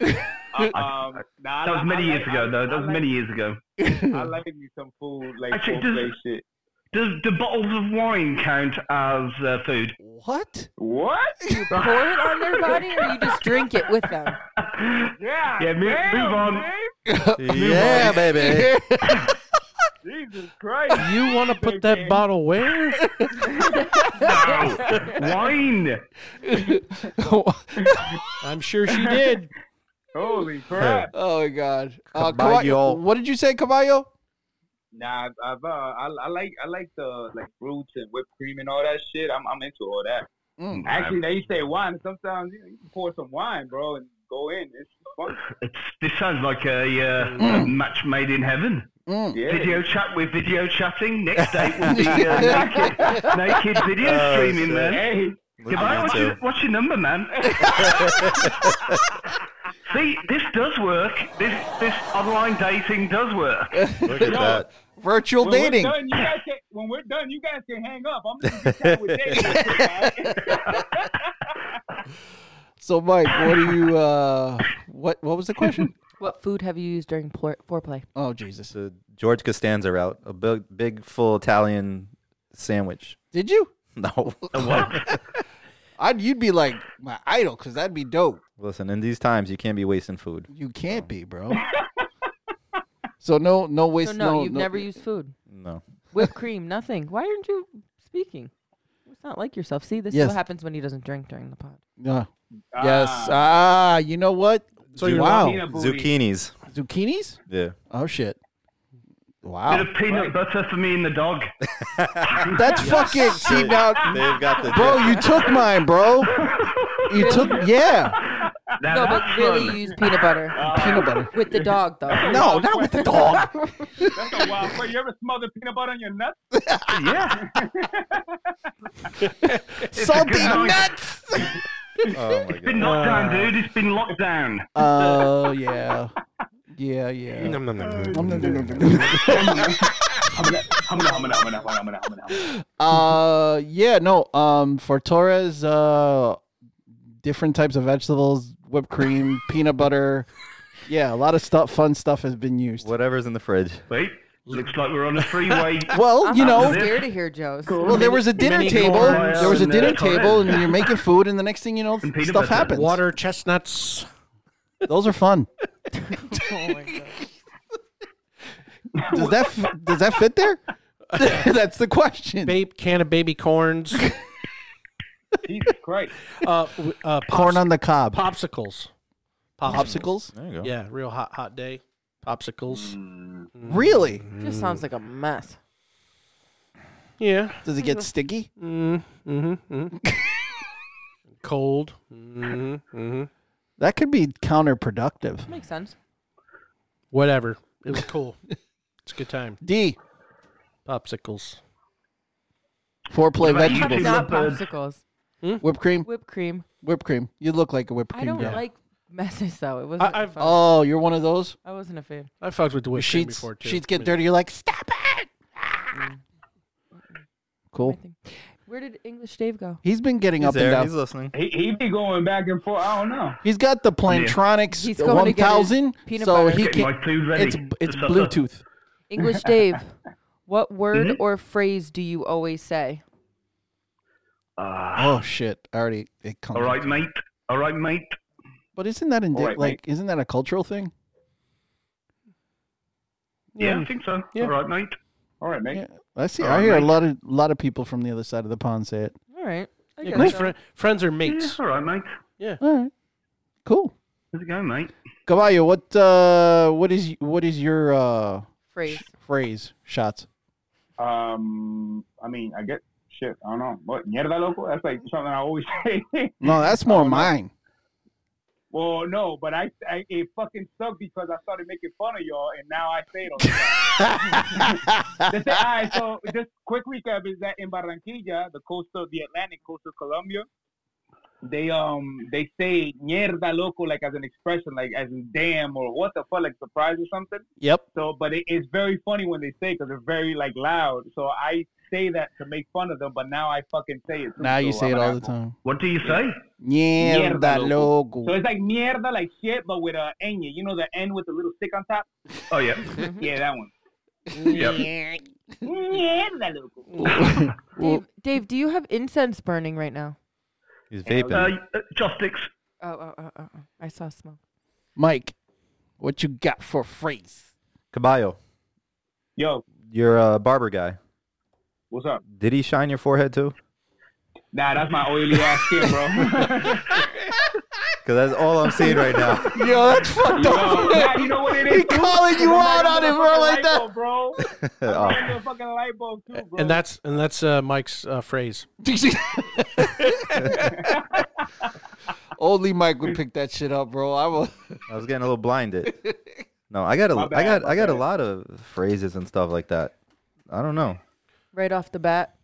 Um, nah, I That was li- many I years like- ago, though. That I was like- many years ago. I like me some food, like Actually, full does- plate shit. Does do bottles of wine count as uh, food? What? What? Pour it on their body, or you just drink it with them. Yeah. Yeah, move- damn, move on. man. yeah, baby. Jesus Christ. You want to put that bottle where? wine. Oh, I'm sure she did. Holy crap. Oh my god. Uh, Caballo. Caballo- What did you say, Caballo? Nah, I've, I've uh, I, I like I like the like fruits and whipped cream and all that shit. I'm I'm into all that. Mm. Actually, now you say wine. Sometimes you, know, you can pour some wine, bro, and go in. It's fun. It's, this sounds like a, uh, a match made in heaven. Mm. Yeah. Video chat. We're video chatting. Next date will be uh, naked, naked video Oh, streaming, shit. man. Hey, Goodbye. What's your, what's your number, man? See, this does work. This this online dating does work. Look at that. Virtual when dating. We're done, you guys can, when we're done, you guys can hang up. I'm just gonna get with dating. So, Mike, what do you? Uh, what What was the question? What food have you used during plor- foreplay? oh Jesus! The George Costanza route, a big, big full Italian sandwich. Did you? No. I'd you'd be like my idol because that'd be dope. Listen, in these times, you can't be wasting food. You can't be, bro. so no, no waste. So no, no you've never used food, No. whipped cream, nothing. Why aren't you speaking? It's not like yourself. See, this is Yes. what happens when he doesn't drink during the pod. Yeah. yes. Ah, you know what? So you're wow, Peanut booty. Zucchinis. zucchinis. Yeah. Oh shit! Bit Wow, of peanut butter for me and the dog. that's fucking. See now, They've got the. bro, you took mine, bro. You took yeah, Now No, but that's really, fun. you use peanut butter peanut butter. with the dog, though. No, not with the dog. That's a wild question. You ever smothered peanut butter on your nuts? yeah. Salty good night. nuts. oh my god. Been locked down, dude. It's been locked down. Oh yeah, yeah, yeah. Nom, nom, nom, nom, nom. Humana, humana, humana, humana, humana, humana, humana. uh yeah no um for torres uh different types of vegetables whipped cream peanut butter yeah a lot of stuff fun stuff has been used Whatever's in the fridge. Wait, looks like we're on a freeway. well you I'm know scared to hear Joe's. well there was a dinner mini table corns there was a and, dinner uh, Torres. table and you're making food and the next thing you know peanut stuff butter. happens Water chestnuts. those are fun Oh my God. does that f- does that fit there that's the question Babe, can of baby corns. Jesus Christ. Uh, w- uh, pops- corn on the cob popsicles. popsicles There you go. Yeah, real hot, hot day. Popsicles. really Mm-hmm. Just sounds like a mess. Yeah. does it get sticky Mm, hmm Cold. hmm hmm that could be counterproductive Makes sense. Whatever. It was cool. it's a good time. d Popsicles. foreplay about you vegetables two? Not birds. popsicles. whipped cream Whipped cream. Whipped cream. You look like a whipped cream. I don't guy. like messes though. It wasn't. I, I've- fun. Oh, you're one of those. I wasn't a fan. I fucked with the Your whipped cream sheets before too. sheets get dirty. You're like, stop it. Ah. I Cool. think. Where did English Dave go? He's been getting He's up there. and He's down. listening. He, he be going back and forth. I don't know. He's got the He's Plantronics going to get his 1000, peanut so butter. he Getting can. my food ready. It's it's for supper. Bluetooth. English Dave. What word or phrase do you always say? Ah, Oh shit! I already it comes. all right, mate. All right, mate. But isn't that indi- All right, like isn't that a cultural thing? Yeah, I think so. Yeah. All right, mate. All right, mate. Yeah, I see. All I right, hear a mate. lot of lot of people from the other side of the pond say it. All right. I Yeah, get 'cause it. fri- friends are Yeah, mates. all right, mate. All right, cool. How's it going, mate? Caballo, what uh, what is what is your uh Phrase. phrase shots? Um, I mean, I get shit. I don't know. What mierda loco? That's like something I always say. No, that's Oh, more mine. well, no, but I, I it fucking sucked because I started making fun of y'all, and now I say it. All the time. Just say, all right, so just quick recap is that in Barranquilla, the coastal, the Atlantic coastal Colombia, they um they say mierda loco like as an expression like as in damn or what the fuck like surprise or something. Yep. So, but it, it's very funny when they say because they're very like loud. So I say that to make fun of them, but now I fucking say it. too, Now you so say I'm it an all the asshole. time. What do you say? Mierda Mierda So loco. it's like mierda like shit, but with a ñ. You know the n with the little stick on top. Oh yeah. Yeah, that one. Mierda loco. Dave, Dave, do you have incense burning right now? He's Uh, vaping. uh, Chopsticks. Oh, oh, oh, oh, oh. I saw smoke. Mike, what you got for phrase? Caballo, Yo, you're a barber guy. what's up? Did he shine your forehead too? Nah, that's my oily ass shit, bro. Because that's all I'm seeing right now. Yo, that's fucked Yo, up. nah, you know what it is. He calling you out on it, bro, like that. bro. Oh. I'm a fucking light bulb too, bro. And that's and that's uh, Mike's uh, phrase. Only Mike would pick that shit up, bro. I will. I was getting a little blinded. No, I got a, My I bad, got, my I got a bad. lot of phrases and stuff like that. I don't know. Right off the bat,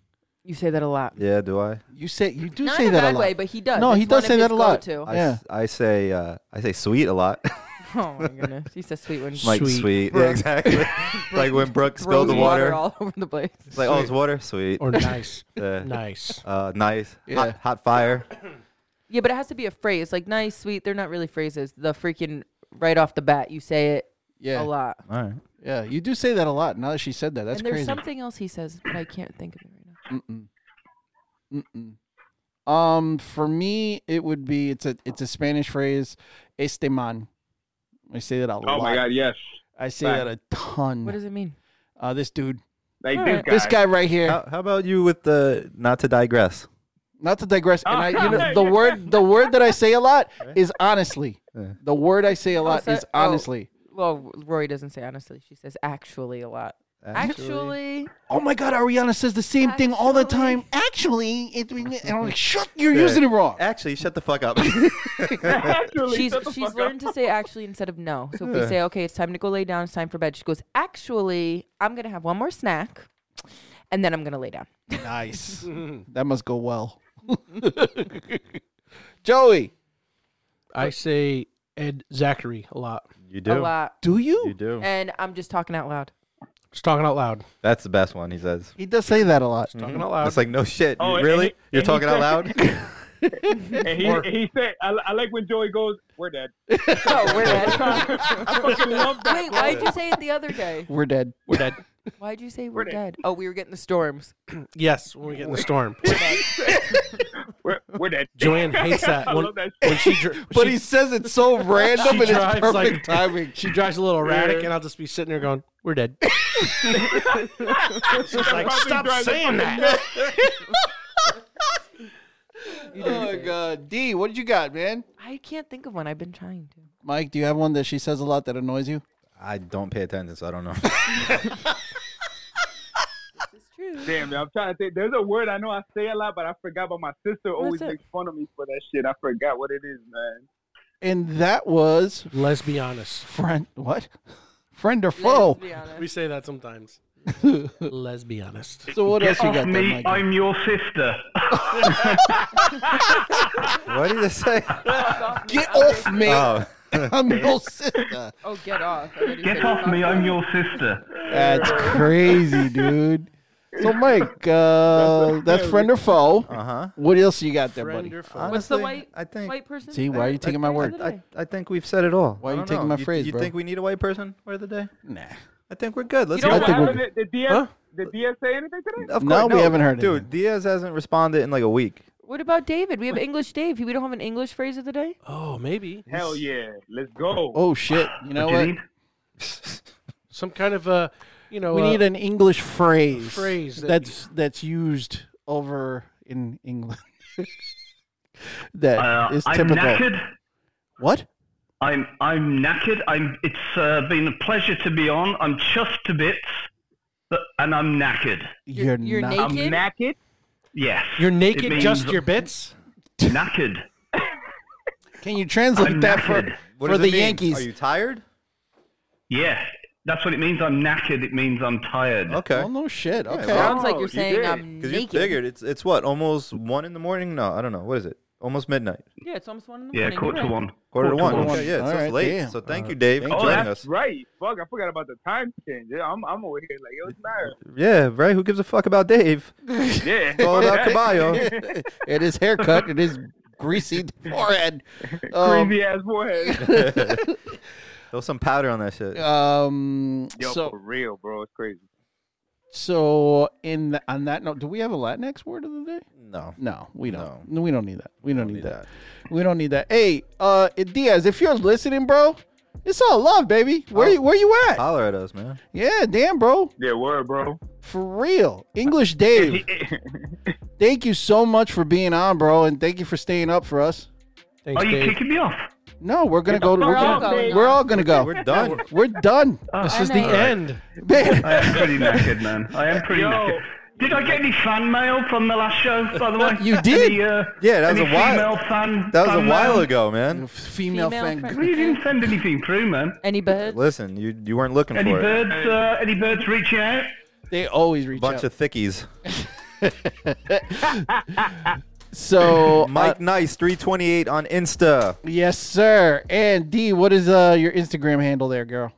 you say that a lot. Yeah, do I? You say you do Not say in a that bad a lot. way, but he does. No, It's he does one of say that his a lot. go-to. I, Yeah. s- I say, uh, I say sweet a lot. Oh my goodness, he's a sweet one. like Sweet. sweet, yeah, exactly. like when Brooke spilled the Throws water. all over the place. It's like, oh, it's water, sweet. Or nice, Yeah. nice. Uh, nice, Yeah. hot, hot fire. Yeah, but it has to be a phrase. Like nice, sweet. They're not really phrases. The freaking right off the bat, you say it Yeah, a lot. All right. yeah. You do say that a lot. Now that she said that, that's and there's crazy. something else he says, but I can't think of it right now. Mm-mm. Mm-mm. Um, for me, it would be it's a it's a Spanish phrase, este man. I say that a lot. oh my god, yes. I say Fact. that a ton. What does it mean? uh, this dude, Like All this right. guy. this guy right here. How, how about you with the not to digress? Not to digress, and Oh, I, you no, know, no, the you're word the word that I say a lot is honestly. Yeah. The word I say a lot so- is oh. honestly. Well, Rory doesn't say honestly. She says actually a lot. Actually, Oh my God, Ariana says the same thing all the Actually. time. Actually, it, and I'm like, shut, you're Yeah. using it wrong. Actually, shut the fuck up. Actually, she's shut the she's fuck learned to say actually instead of no. So if we say okay, it's time to go lay down, it's time for bed. She goes actually, I'm gonna have one more snack, and then I'm gonna lay down. Nice. that must go well. Joey, I say Ed Zachary a lot. you A do. lot, do You you? do. and I'm just talking out loud. Just talking out loud. That's the best one. He says. He does say that a lot. Talking out loud. It's like no shit. Oh, You- and really? he- You're and he talking out loud? up. And he, he said, I, I like when Joey goes, we're dead. Oh, we're dead. I fucking love that. Wait, why'd you say it the other day? We're dead. We're dead. Why'd you say we're, dead? Oh, we were getting the storms. Yes, when we get in the storm. We're, we're dead. Joanne hates that. I When, love that shit. when she, dri- But she, he says it so random and it's drives, perfect like- timing. she drives a little erratic, and I'll just be sitting there going, "We're dead." It's just like, Probably stop drives a saying fucking that. Oh my God. D, what did you got, man? I can't think of one. I've been trying to. Mike, do you have one that she says a lot that annoys you? I don't pay attention, so I don't know. It's true. Damn, man, I'm trying to think. There's a word I know I say a lot, but I forgot. But my sister always it? makes fun of me for that shit. I forgot what it is, man. And that was Let's be honest. friend. What? Friend or foe? We say that sometimes. Let's be honest. So what Get else you off got there, me! Mike? I'm your sister. what did you say? Get off me! Oh, I'm your sister. Oh, get off. Get off me! I'm your sister. That's crazy, dude. So Mike, uh, that's friend or foe. uh huh. What else you got there, buddy? Wonderful. What's the Honestly, white, I think. white person? See, why are you taking my word? I, I think we've said it all. Why I you don't taking my know. phrase, you, bro? You think we need a white person for the day? Nah. I think we're good. Let's You go. know What think we're happened? Did, did Diaz, did Diaz say anything today? Of No, we haven't heard Dude, anything. Diaz hasn't responded in like a week. What about David? We have English Dave. We don't have an English phrase of the day. Oh, maybe Hell yeah, let's go. Oh shit! You know Do you what? need? some kind of a, you know, We uh, need an English phrase. phrase that- that's that's used over in England. That Uh, is I'm typical. knackered. What? I'm I'm knackered. I'm. It's uh, been a pleasure to be on. I'm chuffed to bits, but, and I'm knackered. You're- You're, you're not. naked? I'm knackered. Yes. You're It naked, means just your bits. knackered. Can you translate I'm that for, knackered. for What does it the mean? Yankees? Are you tired? Yeah, that's what it means. I'm knackered. It means I'm tired. Okay. Oh no shit! Okay. well, Sounds like Oh, you're you saying did. I'm Because you naked. figured it's it's what almost one in the morning. No, I don't know. What is it? almost midnight, Yeah, it's almost one in the Yeah, morning. quarter to you're right. one. quarter to one. Quarter to one. Okay, yeah, All so it's right, late. damn. So thank All you, right. Dave, for Thank Oh, joining that's us. right. Fuck, I forgot about the time change. Yeah, I'm, I'm over here like, yo, it's matter. Yeah, right. Who gives a fuck about Dave? Yeah. It's all about Caballo. it is haircut. It is greasy forehead. Um, Crazy ass forehead. Throw some powder on that shit. um, Yo, for so real, bro. It's crazy. so in the, on that note, do we have a Latinx word of the day? No. No, we don't. No. We don't need that. We don't, need, need that. We don't need that. Hey, uh, Diaz, if you're listening, bro, it's all love, baby. Where you where you at? Holler at us, man. Yeah, damn, bro, Yeah, word, bro. for real. English Dave, thank you so much for being on, bro, and thank you for staying up for us. Thanks, Are you Dave. kicking me off? No, we're gonna go. To, we're, We're all gonna, going we're on. all gonna go. We're done. We're done. This is I the know. end. Man, I am pretty knackered, man. I am pretty Yo. knackered. Did I get any fan mail from the last show, by the way? You did? Any, uh, Yeah, that was any a while- Female fan, That was fan a while mail? ago, man. female, Female fan. You didn't send anything through, man. Any birds? Listen, you you weren't looking Any for it. birds? Uh, any birds reaching out? They always reach Bunch out. of thickies. so uh, Mike Nice, 328 on Insta. yes, sir. And D, what is uh your Instagram handle there, girl?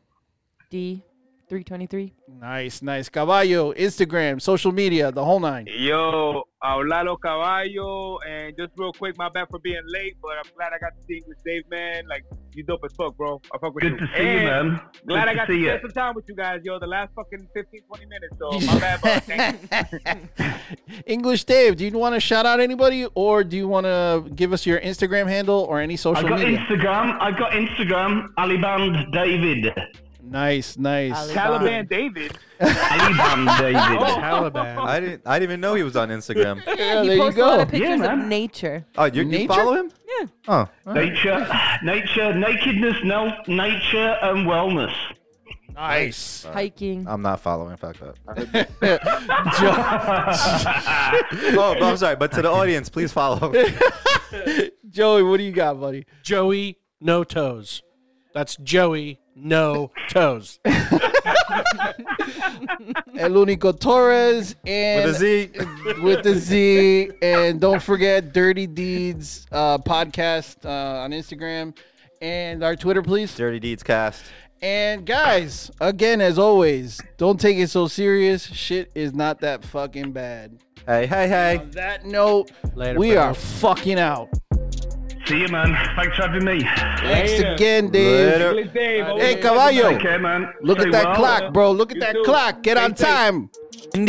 D, three twenty three. Nice, nice. Caballo, Instagram, social media, the whole nine. Yo, hablalo caballo, and just real quick, my bad for being late, but I'm glad I got to see English Dave, man. Like, you dope as fuck, bro. I fuck with you. Good to see And you, man. Eh, Glad Good I got to to see you. spend some time with you guys, yo. The last fucking 15, 20 minutes, so my bad, bro. Thank you. English Dave, do you want to shout out anybody or do you want to give us your Instagram handle or any I social got media? Instagram. I got Instagram. Aliband David. nice, nice. Ali. Taliban David. Aliband David. Oh. Taliban. I didn't I didn't even know he was on Instagram. Yeah, he there you posts a lot go. of pictures of man. nature. Oh, you, you Nature? follow him? Yeah. Oh, Nature, nature, nakedness, no, nature and wellness. Nice. Hiking. I'm not following. Fuck that. That's oh, but I'm sorry. But to the audience, please follow. Joey, what do you got, buddy? Joey, no toes. That's Joey, no toes. El Unico Torres and With a Z. with the Z. And don't forget Dirty Deeds uh, podcast uh, on Instagram and our Twitter, please. Dirty Deeds Cast. And guys, again, as always, don't take it so serious. Shit is not that fucking bad. Hey, hey, hey. On that note, Later, we bro. are fucking out. See you, man. Thanks for having me. Thanks Later. again, Dave. Later. English Dave. Hey, always- Caballo, Okay, man. look Stay at that well. clock, bro. Look at uh, You that too. clock. Get Stay on safe. time.